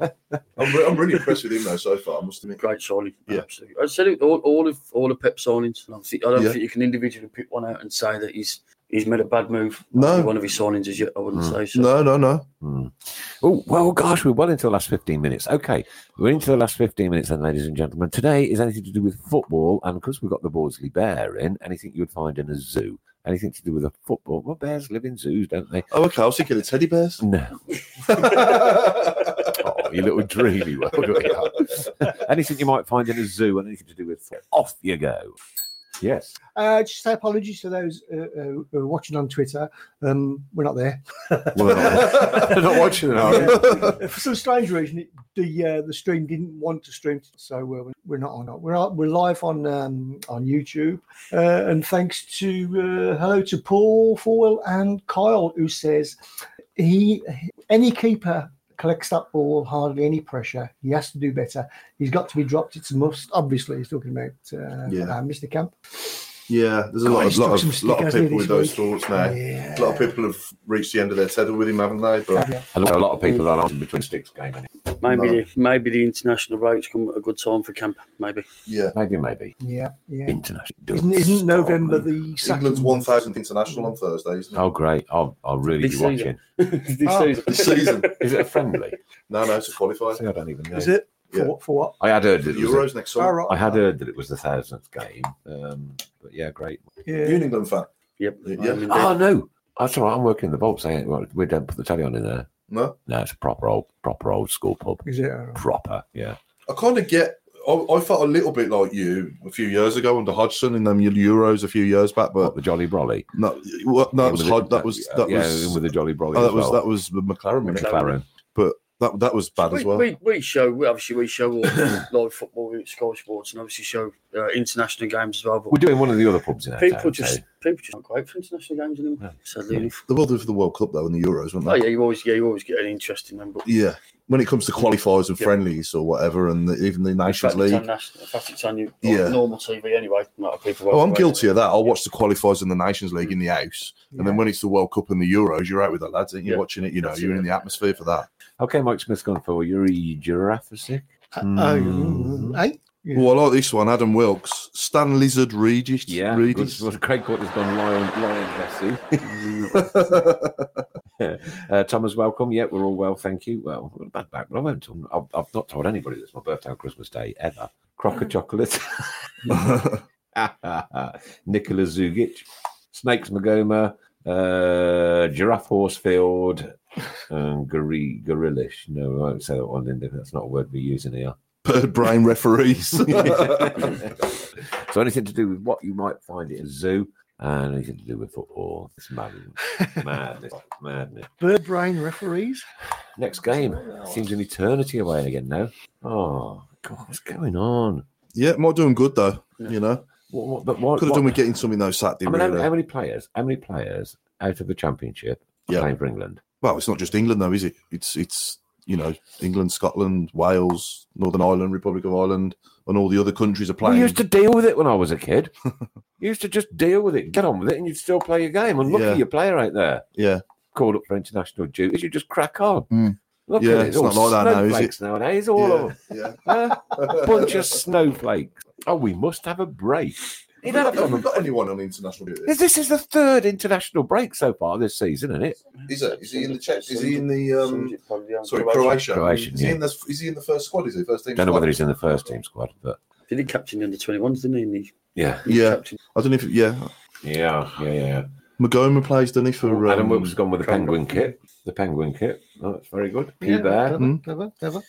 D: I'm, re- I'm really impressed with him though so far. I must admit.
E: Great signing,
D: Yeah.
E: absolutely. I said it, all, all of all of Pep signings. I don't, think, I don't
D: Yeah.
E: think you can individually pick one out and say that he's he's made a bad move.
D: No. Mm.
E: one of his signings is yet. I wouldn't say so.
D: No, no, no.
C: Oh, well, gosh, we're well into the last 15 minutes. Okay, we're into the last 15 minutes then, ladies and gentlemen. Today is anything to do with football, and because we've got the Bordesley Bear in, anything you would find in a zoo. Anything to do with a football. Well, bears live in zoos, don't they?
D: Oh, okay. I was thinking of teddy bears.
C: No.
D: yeah,
C: Oh, you little dreamy world. we are. anything you might find in a zoo, and anything to do with football. Off you go. Yes.
F: Uh, just say apologies to those uh, uh, who are watching on Twitter. Um, we're not there.
C: Well, they're not, they're not watching it, are they?
F: For some strange reason, it, the uh, the stream didn't want to stream, so uh, we're not on. We're on, we're live on um, on YouTube, uh, and thanks to uh, hello to Paul Forwell and Kyle, who says he any keeper collects that ball hardly any pressure. He has to do better. He's got to be dropped. It's a must. Obviously, he's talking about uh,
D: Yeah.
F: uh, Mr. Camp.
D: there's a
F: God,
D: lot, of,
F: he
D: lot,
F: stuck
D: of,
F: some
D: lot of
F: stickers in
D: people with
F: this
D: those
F: week.
D: thoughts now.
F: Yeah.
D: A lot of people have reached the end of their tether with him, haven't they? But
C: And a lot of people are on between sticks game. ain't it?
E: Maybe
D: No.
E: maybe the international breaks come at a good time for Camp. Maybe
D: yeah,
C: Maybe, maybe.
F: Yeah, yeah.
C: International.
F: Isn't, isn't November the
D: England's
F: second?
D: one thousandth international on Thursday, isn't it?
C: Oh, great. I'll, I'll really
E: This
C: be watching.
E: season.
F: Oh.
E: This
D: This
E: season.
D: season.
C: Is it a friendly?
D: No, no, it's a qualifier.
C: See, I don't even know.
F: Is it for,
D: Yeah.
F: what- for what?
C: I had heard
D: The
C: that it was
D: Euros next
F: All
D: summer.
F: right.
C: a, I had heard that it was the thousandth game. Um, but yeah, great.
F: Yeah.
D: You an England fan?
E: Yep.
D: Yeah. Ah,
E: I mean,
C: Oh no, that's all right. I'm working in the vaults. I ain't, well, we don't put the telly on in there.
D: No,
C: No, it's a proper old, proper old school pub.
F: Is it? uh, All right.
C: Proper, yeah.
D: I kind of get. I, I felt a little bit like you a few years ago under Hodgson in them Euros a few years back,
C: What
D: but
C: the Jolly Brolly?
D: no, well, no,
C: In
D: it was
C: with
D: Hod,
C: the-
D: that was
C: yeah,
D: that
C: yeah, in
D: was
C: with the Jolly Brolly. as
D: oh, that was
C: well.
D: that was the McLaren, wasn't it?
C: McLaren.
D: but that that was bad
E: we,
D: as well.
E: we, we show we obviously we show all live football, we Sky Sports, and obviously show uh, international games as well. But
C: We're doing one of the other pubs in our
E: people
C: town,
E: just
C: so-
E: people just aren't great for international games anymore.
C: No.
E: Sadly
C: No.
E: enough.
D: The world for the World Cup though and the Euros, weren't they?
E: Oh yeah, you always yeah you always get an interest in them, but
D: Yeah. When it comes to qualifiers and
E: Yeah.
D: friendlies or whatever, and the, even the
E: in fact,
D: Nations
E: it's on
D: League.
E: national, in fact, it's on you,
D: Yeah.
E: yeah. normal TV anyway. A lot of people.
D: Oh, I'm guilty of that. I'll watch the qualifiers and the Nations League in the house, and then when it's the World Cup and the Euros, you're out with the lads, and you're
E: Yeah.
D: watching it. You know,
E: That's it,
D: you're in
E: yeah.
D: the atmosphere for that.
C: Okay, Mike Smith's gone for Yuri Jurafasic.
F: Uh,
D: Hmm.
F: Oh, eh? Yeah.
D: Well, I like this one, Adam Wilkes, Stan Lizard Regis.
C: Yeah,
D: Regis.
C: good. Craig Court has gone lion, lion Messi. uh, Thomas, welcome. Yeah, we're all well, thank you. Well, I've got a bad back, but I won't. tell- I've, I've not told anybody that's my birthday on Christmas Day ever. Crocker chocolate. Nicola Zugic, Snakes Magoma, uh, Giraffe Horsefield, and Gori- Gorillish. No, I won't say that one, Linda. That's not a word we use in here.
D: Bird brain referees.
C: so anything to do with what you might find at a zoo and anything to do with football. It's madness. madness. Madness.
F: Bird brain referees.
C: Next game. Seems an eternity away again now. Oh, God, what's going on?
D: yeah, not doing good though. You know,
C: What, what, but what,
D: could have
C: what-
D: done with getting something though Saturday.
C: I mean, how,
D: really.
C: how many players? How many players out of the championship are
D: Yeah.
C: playing for England?
D: well, it's not just England though, is it? It's it's you know England, Scotland, Wales, Northern Ireland, Republic of Ireland, and all the other countries are
C: We
D: playing.
C: used to deal with it when I was a kid. You used to just deal with it, get on with it, and you'd still play your game. And lucky
D: Yeah.
C: your player ain't there
D: Yeah.
C: called up for international duties. You just crack on.
D: Mm.
C: Look
D: Yeah,
C: at it.
D: it's
C: all
D: not like that now, is it?
C: snowflakes nowadays. All
D: yeah.
C: of 'em.
D: yeah.
C: Huh? bunch of snowflakes. Oh, we must have a break. You don't have to have a-
D: got anyone on international duty?
C: This- This is the third international break so far this season, isn't it?
D: Is it? Is he in the Czech? Is he in the um?
H: Probably on
D: Sorry,
H: Croatia.
D: Croatia.
C: Croatian,
D: Is he
C: yeah.
D: in the? Is he in the first squad? Is he first team?
C: Don't know
D: squad?
C: whether he's in the first team squad, but
H: He did captain the under 21s, didn't he? And he-
C: yeah,
H: he
D: Yeah.
H: captained-
D: I don't know if. Yeah,
C: yeah, yeah, yeah.
D: Magoma plays, doesn't he? For um,
C: Adam Wilkes has gone with the penguin kit. The penguin kit. Oh, that's very good. You there.
F: Clever, clever, clever.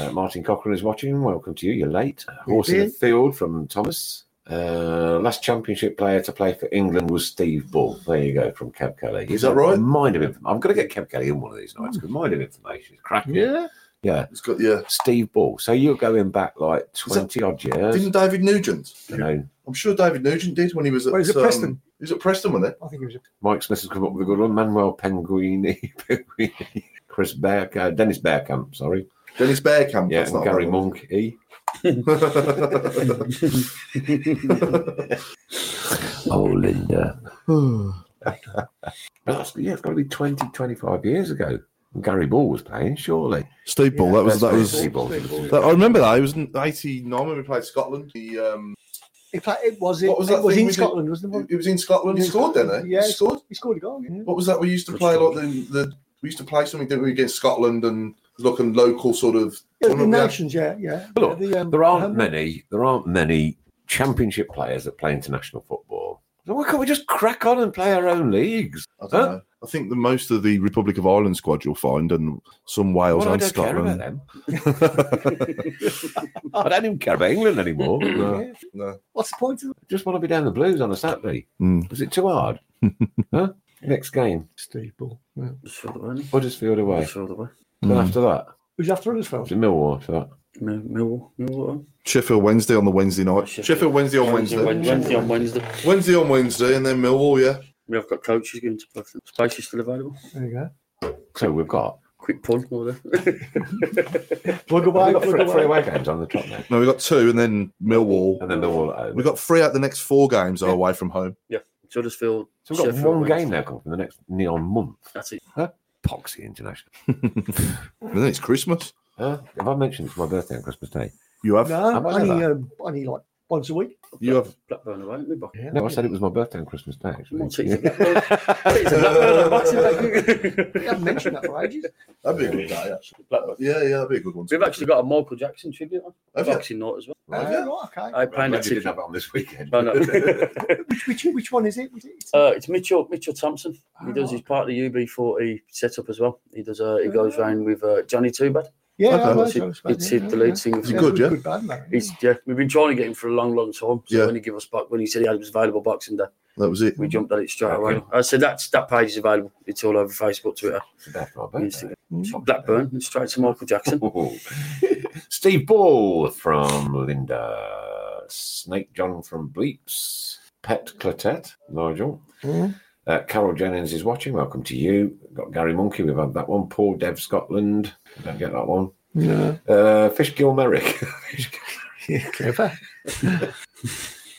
C: Uh, Martin Cochrane is watching. Welcome to you. You're late. Horse in the field from Thomas. Uh, last championship player to play for England was Steve Bull. There you go, from Kev Kelly.
D: Is that right? Hmm.
C: A mind of information. I'm going to get Kev Kelly in one of these nights because mind of information is cracking.
F: Yeah.
C: Yeah.
D: It's got yeah.
C: Steve Ball. So you're going back like 20 odd years.
D: Didn't David Nugent?
C: you know,
D: I'm sure David Nugent did when he was at.
F: Well, he's at
D: um,
F: Preston.
D: He was at Preston, wasn't
F: I think it was. A,
C: Mike Smith has come up with a good one. Manuel Penguini, Penguini. Chris Bear, uh, Dennis Bearcamp, sorry.
D: he? Dennis Bearcamp.
C: Yeah,
D: that's not
C: and Gary
D: a bad
C: Monk, E.
D: one.
C: Oh, Linda. But that's, yeah, it's got to be 20, 25 years ago. Gary Ball was playing, surely.
D: Steve Ball. that was that
C: That's
D: was.
C: Steve Ball. Steve Ball.
D: That, I remember that. It was in '89 when we played Scotland. He um,
F: in fact, it was it.
D: What was
F: Was
D: that
F: it was
D: thing
F: in
D: we did-
F: Scotland, wasn't it?
D: it was in Scotland. He scored, didn't he?
F: Yeah,
D: he scored.
F: He scored a goal. Yeah.
D: What was that we used to play? Like the, the we used to play something didn't we against Scotland and like a local sort of.
F: Yeah, the
D: tournament we had.
F: nations, yeah, yeah.
C: But look,
F: Yeah, the, um,
C: There aren't
F: um,
C: many. There aren't many championship players that play international football. So why can't we just crack on and play our own leagues?
D: I don't
C: Huh?
D: know. I think the most of the Republic of Ireland squad you'll find, and some Wales
C: Well, I
D: and
C: don't
D: Scotland.
C: care about them. I don't even care about England anymore.
D: No, no.
F: What's the point of
C: Just want to be down the Blues on a Saturday.
D: Mm.
C: Was it too hard? huh? Next game,
F: Steve Ball? Yeah.
H: Just further away, wasn't
C: Huddersfield
H: he?
C: away.
H: Just further away.
C: Then
D: Mm.
C: after that,
F: Who's after
C: it was
F: Huddersfield?
C: Millwall. After that,
H: Mill- Millwall. Millwall.
D: Sheffield Wednesday on the Wednesday night.
H: Sheffield.
D: Sheffield, Wednesday on Wednesday.
H: Wednesday, Wednesday on Wednesday.
D: Wednesday on Wednesday, and then Millwall. Yeah,
H: We have got coaches going to Preston. Space is still available.
F: There you go.
C: so we've got
H: Quick pull over there.
C: we've
F: Plug away,
C: got
F: plug
C: three, three
F: away.
C: away games on the top now,
D: no, we got two, and then Millwall.
C: and then Millwall at home.
D: We got three out the next four games are away from home.
H: Huddersfield.
C: so we've got
H: Sheffield
C: one
H: Wednesday.
C: game now coming for the next neon month.
H: That's it.
C: Poxy International.
D: And then it's Christmas.
C: Huh? Have I mentioned it's my birthday on Christmas Day?
D: You have,
F: No,
C: Am I
F: only,
C: there?
F: um, only like once a week.
D: you have.
H: Blackburn away, isn't it? Buck?
F: Yeah.
C: No, I said it was my birthday on Christmas Day. Actually.
H: Come on, take it. It's a Blackburn away, isn't it?
F: I haven't mentioned that for ages.
D: That'd be a good day, actually. Yeah, yeah, that'd be a good one.
H: We've actually got a Michael Jackson tribute on
D: Have you?
H: Boxing Night as well.
F: Oh,
D: yeah.
F: right, okay.
H: I
C: I'm
H: planned a
C: glad you didn't
H: ticket.
C: have it on this weekend.
H: Oh, no.
F: Which, which, which one is it? Was it-
H: Uh, it's Mitchell Mitchell Thompson. He
F: Oh,
H: does. He's
F: right.
H: part of the UB40 setup as well. He does. Uh, he goes round with uh, Johnny Tubad.
F: yeah,
D: okay.
F: I know
H: It's-
F: Joe Spade,
H: it's
F: Oh, yeah,
H: the
F: yeah,
H: lead
F: yeah.
H: singer
D: He's good, yeah?
F: Good band, man.
H: He's yeah. We've been trying to get him for a long, long time. So
D: Yeah. Mm-hmm.
H: when he gave us back, when he said he had his available Boxing Day,
D: That was it.
H: we jumped at it straight
C: Okay.
H: away. I said that's that page is available. It's all over Facebook, Twitter,
C: That's my birthday.
H: Instagram. So Blackburn and straight to Michael Jackson.
C: Ooh. Steve Ball from Linda. Snake John from Bleeps. Pet Clotet, Nigel. Uh, Carol Jennings is watching. Welcome to you. Got Gary Monkey. We've had that one. Paul Dev Scotland. Don't get that one.
F: yeah.
C: Uh, Fish Gill Merrick.
F: yeah, clever.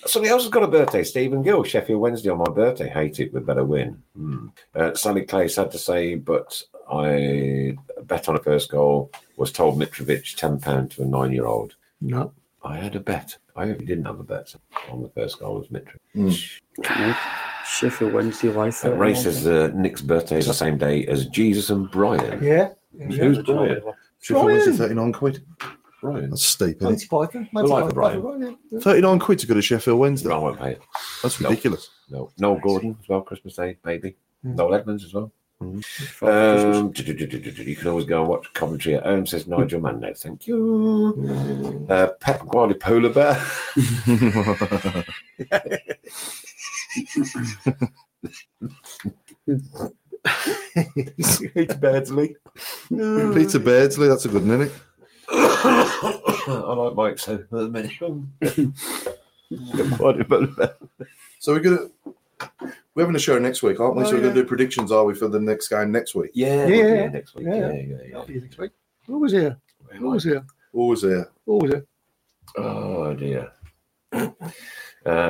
C: Somebody else has got a birthday. Stephen Gill, Sheffield Wednesday on my birthday. Hate it. We better win. Hmm. Uh, Sally Clay, sad to say, but I bet on a first goal. Was told Mitrovic ten pound to a nine-year-old.
F: No,
C: I had a bet. I hope you didn't have a bet on the first goal was Mitrovic.
H: No. Sheffield Wednesday away.
C: Uh,
H: thirty-one.
C: Ray says uh, Nick's birthday is the same day as Jesus and Brian.
F: yeah.
H: Yeah,
C: Who's
H: the John
C: Brian?
H: Oliver.
D: Sheffield
F: Brian.
D: Wednesday, 39 quid.
C: Brian.
D: That's steep, isn't
F: Monty
D: it?
F: Python.
C: I
F: Monty
C: like the
F: Python, right, yeah.
D: 39 quid to go to Sheffield
C: No, I
D: Wednesday.
C: won't pay it.
D: That's
C: No.
D: ridiculous.
C: No. Noel Gordon as well, Christmas Day, maybe.
F: Hmm.
C: Noel Edmonds as well.
H: Fuck, Christmas.
C: Um, you can always go and watch Coventry at home, says Nigel Mando. Thank you. Uh, Pet Guardi Polar Bear. It's Beardsley.
D: Peter Beardsley, that's a good one, isn't it?
C: I like Mike so many. Guardi Polar Bear.
D: So we're gonna we're having a show next week, aren't we?
F: Oh,
D: so we're gonna
F: yeah.
D: do predictions, are we, for the next game next week?
C: Yeah,
F: Yeah,
C: we'll be
F: yeah,
C: here next week.
F: yeah.
C: Yeah, yeah, yeah.
F: That'll be next week. Always here. Always here.
D: Always there.
F: Always here.
C: Oh dear. Uh,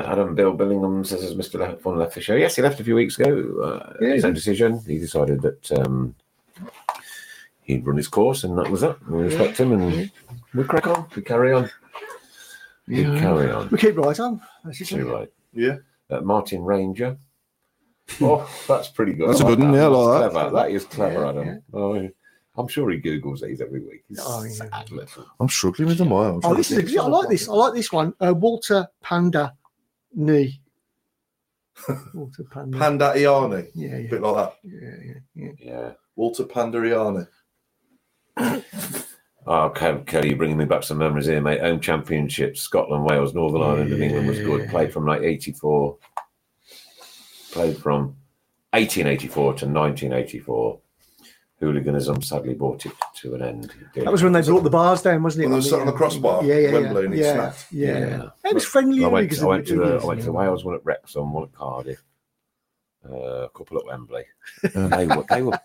C: Adam Bill Billingham says, "Has Mr. Le- Vaughan left the show?" Yes, he left a few weeks ago. Uh,
F: Yeah.
C: His own decision. He decided that um, he'd run his course, and that was that. We respect him, and we crack on. We carry on. We carry on.
F: We keep right on.
C: Too right.
D: Yeah.
C: Uh, Martin Ranger. Oh, that's pretty good.
D: That's
C: I
D: a good one, yeah, I like
C: That's
D: that.
C: clever. That is clever,
F: Yeah,
C: Adam. Oh, yeah. I'm sure he Googles these every week. He's
F: Oh, yeah.
C: sad little.
D: I'm struggling with the miles.
F: Oh, this is, I like this. I like this one. Uh, Walter Panda knee. Walter Panda.
D: Panda Iani.
F: yeah, yeah,
D: bit like that.
F: yeah, yeah, yeah.
C: Yeah.
D: Walter Panda Iani.
C: Oh, Ke- Kelly, you're bringing me back some memories here, mate. Home championships, Scotland, Wales, Northern Ireland, and England was good. Played from like 84. Played from 1884 to 1984. Hooliganism sadly brought it to an end. It did.
F: That was when they brought the bars down, wasn't it?
D: When they sat on the
F: uh,
D: crossbar,
F: Yeah, yeah, yeah.
D: Wembley, and it
F: yeah,
D: snapped.
F: Yeah.
C: Yeah.
F: It was friendly.
C: I
F: only
C: went,
F: 'cause
C: I
F: of
C: went
F: the
C: to the, I
F: Indians,
C: went to
F: yeah.
C: Wales, one at Wrexham, one at Cardiff, uh, a couple at Wembley. they were they were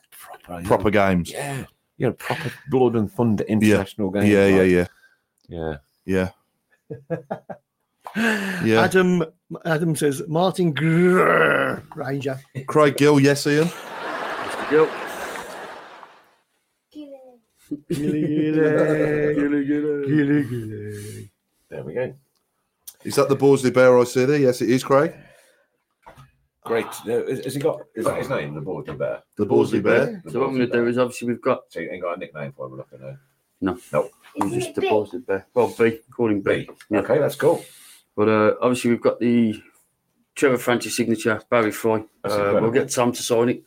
C: proper,
D: Proper games.
C: yeah, you know, proper blood and thunder international
D: Yeah,
C: games.
D: yeah, yeah, yeah.
C: yeah.
D: Yeah. Yeah.
F: Adam Adam says Martin Grrr, Ranger.
D: Craig Gill, yes, Ian.
I: Yep.
G: Gilly.
F: Gilly, gilly, gilly, gilly.
C: There we go.
D: Is that the Borsley Bear I see there? Yes, it is, Craig.
C: Great. Uh, Has has he got? Is that his name? The Borsley Bear.
D: The Borsley Bear.
C: The
E: So what I'm
C: Borsley
E: going to
C: Bear.
E: do is obviously we've got
C: So you ain't got a nickname for him, look at
E: no, I'm
G: Isn't
E: just
G: it
E: the
G: big?
E: boss at Bear. Well, B, call him B.
C: B. Okay, that's cool.
E: But uh, obviously we've got the Trevor Francis signature, Barry Fry.
C: That's
E: Uh,
C: incredible.
E: we'll get Sam to sign it,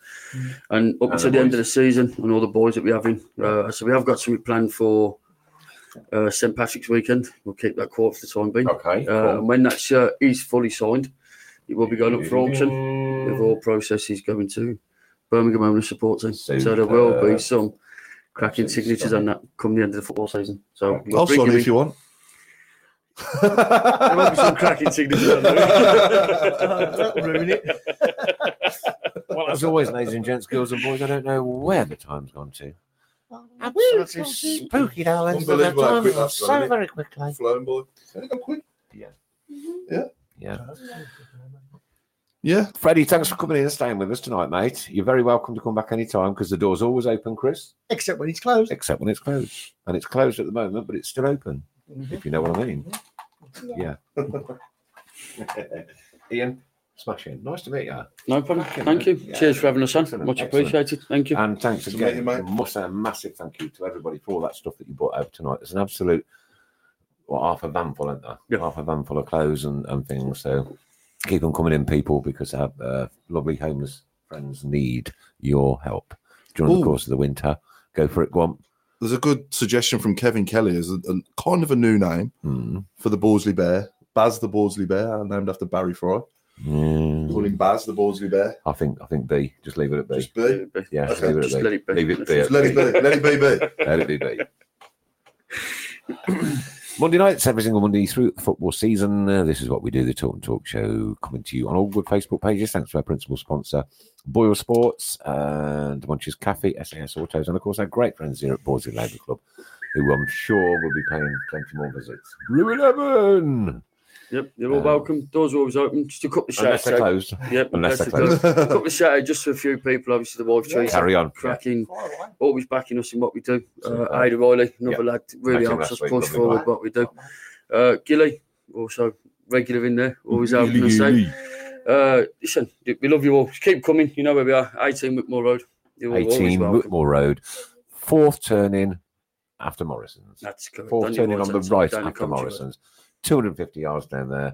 E: and up
C: And
E: until
C: the
E: the end
C: boys.
E: of the season, and all the boys that we have in. Uh, so we have got something planned for uh, St Patrick's weekend. We'll keep that quiet for the time being.
C: Okay.
E: Uh, and
C: cool.
E: when that shirt is fully signed, it will be going up for auction. with
C: auction.
E: all processes going to Birmingham owner support team. So,
C: Super.
E: there will be some cracking
C: Absolutely
E: signatures on that come the end of the football season. So we'll
D: I'll
E: bring
D: sign
E: him
D: it
E: in.
D: if you want.
E: There will be some cracking signatures on that.
F: That'll ruin it.
C: Well, as always, ladies and gents, girls and boys, I don't know where the time's gone to. Absolutely spooky, darling.
D: Unbelievable how
C: The
D: quick
C: time's gone
D: that's gone,
C: so
D: isn't it?
C: very quickly.
D: Flown boy. Can I go quick?
C: Yeah.
D: Yeah.
C: Freddie, thanks for coming in and staying with us tonight, mate. You're very welcome to come back any time because the door's always open, Chris,
F: Except when it's closed.
C: except when it's closed. And it's closed at the moment, but it's still open, if you know what I mean. Yeah. Ian, smash in. Nice to meet you.
E: no problem.
C: Cracking,
E: Thank you.
C: yeah.
E: Cheers for having us on.
C: Excellent,
E: Much
C: excellent.
E: appreciated. Thank you.
C: And thanks
D: Nice to
C: again.
D: meet you, mate.
C: Must say a massive thank you to everybody for all that stuff that you brought out tonight. It's an absolute what half a van full, isn't there?
E: Yeah.
C: Half a van full of clothes and, and things. So keep them coming in, people, because our uh, lovely homeless friends need your help during
D: Ooh.
C: the course of the winter. Go for it, Guam.
D: There's a good suggestion from Kevin Kelly as a, a kind of a new name
C: Mm.
D: for the Borsley Bear. Baz the Borsley Bear, named after Barry Fry.
C: Mm.
D: Calling Baz the Borsley Bear.
C: I think I think B. Just leave it at B.
D: Just
E: Let
D: be.
E: it be.
C: uh, yeah,
D: okay,
C: leave it
E: just
C: at B.
E: let it be.
C: Leave it be.
E: Let's
C: at
D: Let
C: B.
D: it be. Let it be. be.
C: Let it be me. Monday nights, every single Monday through the football season. Uh, this is what we do the Talk and Talk Show, coming to you on all good Facebook pages. Thanks to our principal sponsor, Boyle Sports, and Munch's Cafe, SAS Autos, and of course our great friends here at Borsley Labour Club, who I'm sure will be paying plenty more visits. Room 11!
E: Yep, you're all
C: Um,
E: welcome. Doors are always open. Just a couple of
C: Unless
E: shouts.
C: they're
E: out.
C: closed.
E: Yep,
C: Unless they're
E: that's a good- A couple of shouts out just for a few people. Obviously, the wife trees
C: Carry on.
E: cracking.
F: All right.
E: always backing us in what we do. Uh,
C: Super.
E: Ada Riley, another lad, really
C: Met him
E: helps
C: last
E: us
C: week,
E: push
C: lovely
E: forward
C: guy.
E: what we do. Uh, Gilly, also regular in there, always helping us out. Uh, listen, we love you all. Just keep coming. You know where we are. 18 Whitmore Road. You're always
C: 18
E: welcome.
C: Whitmore Road, fourth turn in after Morrison's.
E: That's correct.
C: Fourth
E: Down
C: turning
E: your
C: on the
E: right-hand
C: right
E: side, down your
C: after
E: country road.
C: Morrison's. 250 yards down there.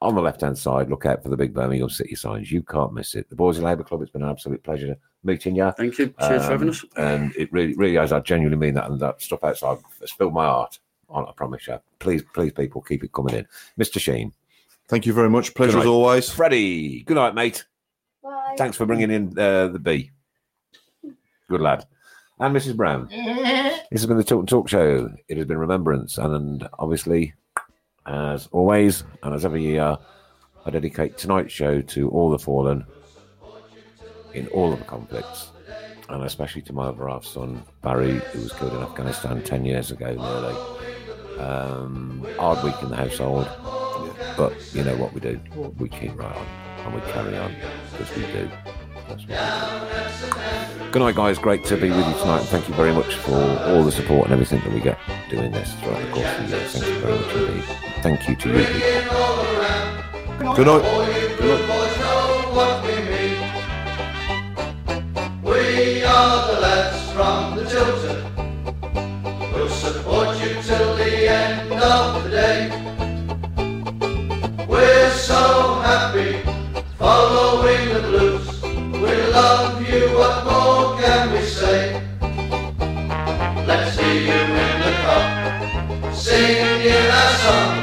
C: On the left hand side, look out for the big Birmingham City signs. You can't miss it. The Boys in Labour Club, it's been an absolute pleasure meeting you.
E: Thank you. Cheers for
C: Um,
E: having us.
C: And it really, really is. I genuinely mean that. And that stuff outside has filled my heart. On, I promise you. Please, please, people, keep it coming in. Mr. Sheen,
D: Thank you very much. Pleasure
C: Good
D: as
C: night.
D: always.
C: Freddie, good night, mate.
G: Bye.
C: Thanks for bringing in uh, the bee. Good lad. And Mrs. Brown. This has been the Talk and Talk Show. It has been Remembrance. And, and obviously, as always, and as every year, I dedicate tonight's show to all the fallen in all of the conflicts, and especially to my other half son, Barry, who was killed in Afghanistan 10 years ago, nearly. Um, hard week in the household. But you know what we do? We keep right on and we carry on because we do. That's what we do. Good night, guys. Great to be with you tonight. And thank you very much for all the support and everything that we get doing this throughout the course of the year. Thank you very much indeed. Thank you to you. people.
D: Good night.
B: All you good boys know what we mean. We are the lads from the Tilted. We'll support you till the end of the day. We're so happy following the blues. We love you, what more can we say? Let's see you in the cup, singing our song,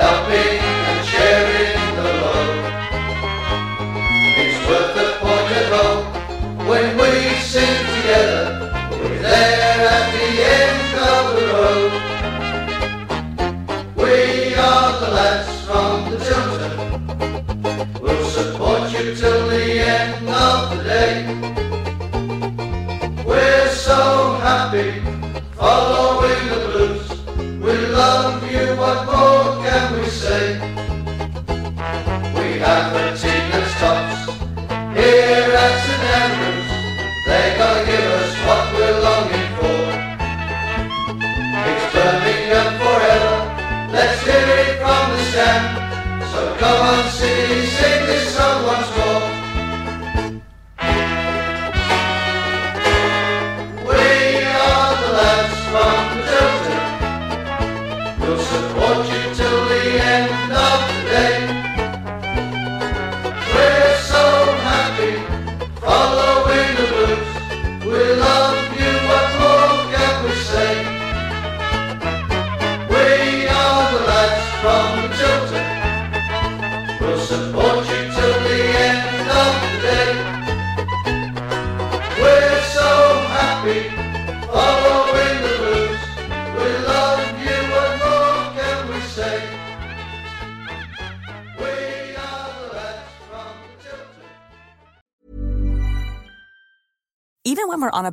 B: helping and sharing the load. It's worth the point at all when we sing together. We're there at the end of the road. We are the lads from the Tilton. We'll support you till the end of the day. We're so happy following the blues. We love you, what more can we say? We have a team that stops here at St Andrews. They're gonna give us what we're longing for. It's Birmingham forever. Let's hear it from the stand. So come on, city, sing this song once more. We are the lads from the Delta. We'll support you till the end of the day. We're so happy following the blues. We love you, what more can we say? We are the lads from the Tilton. We'll support you till the end of the day. We're so happy following the blues. We love you, what more can we say? We are the lads from the Tilton.
J: Even when we're on a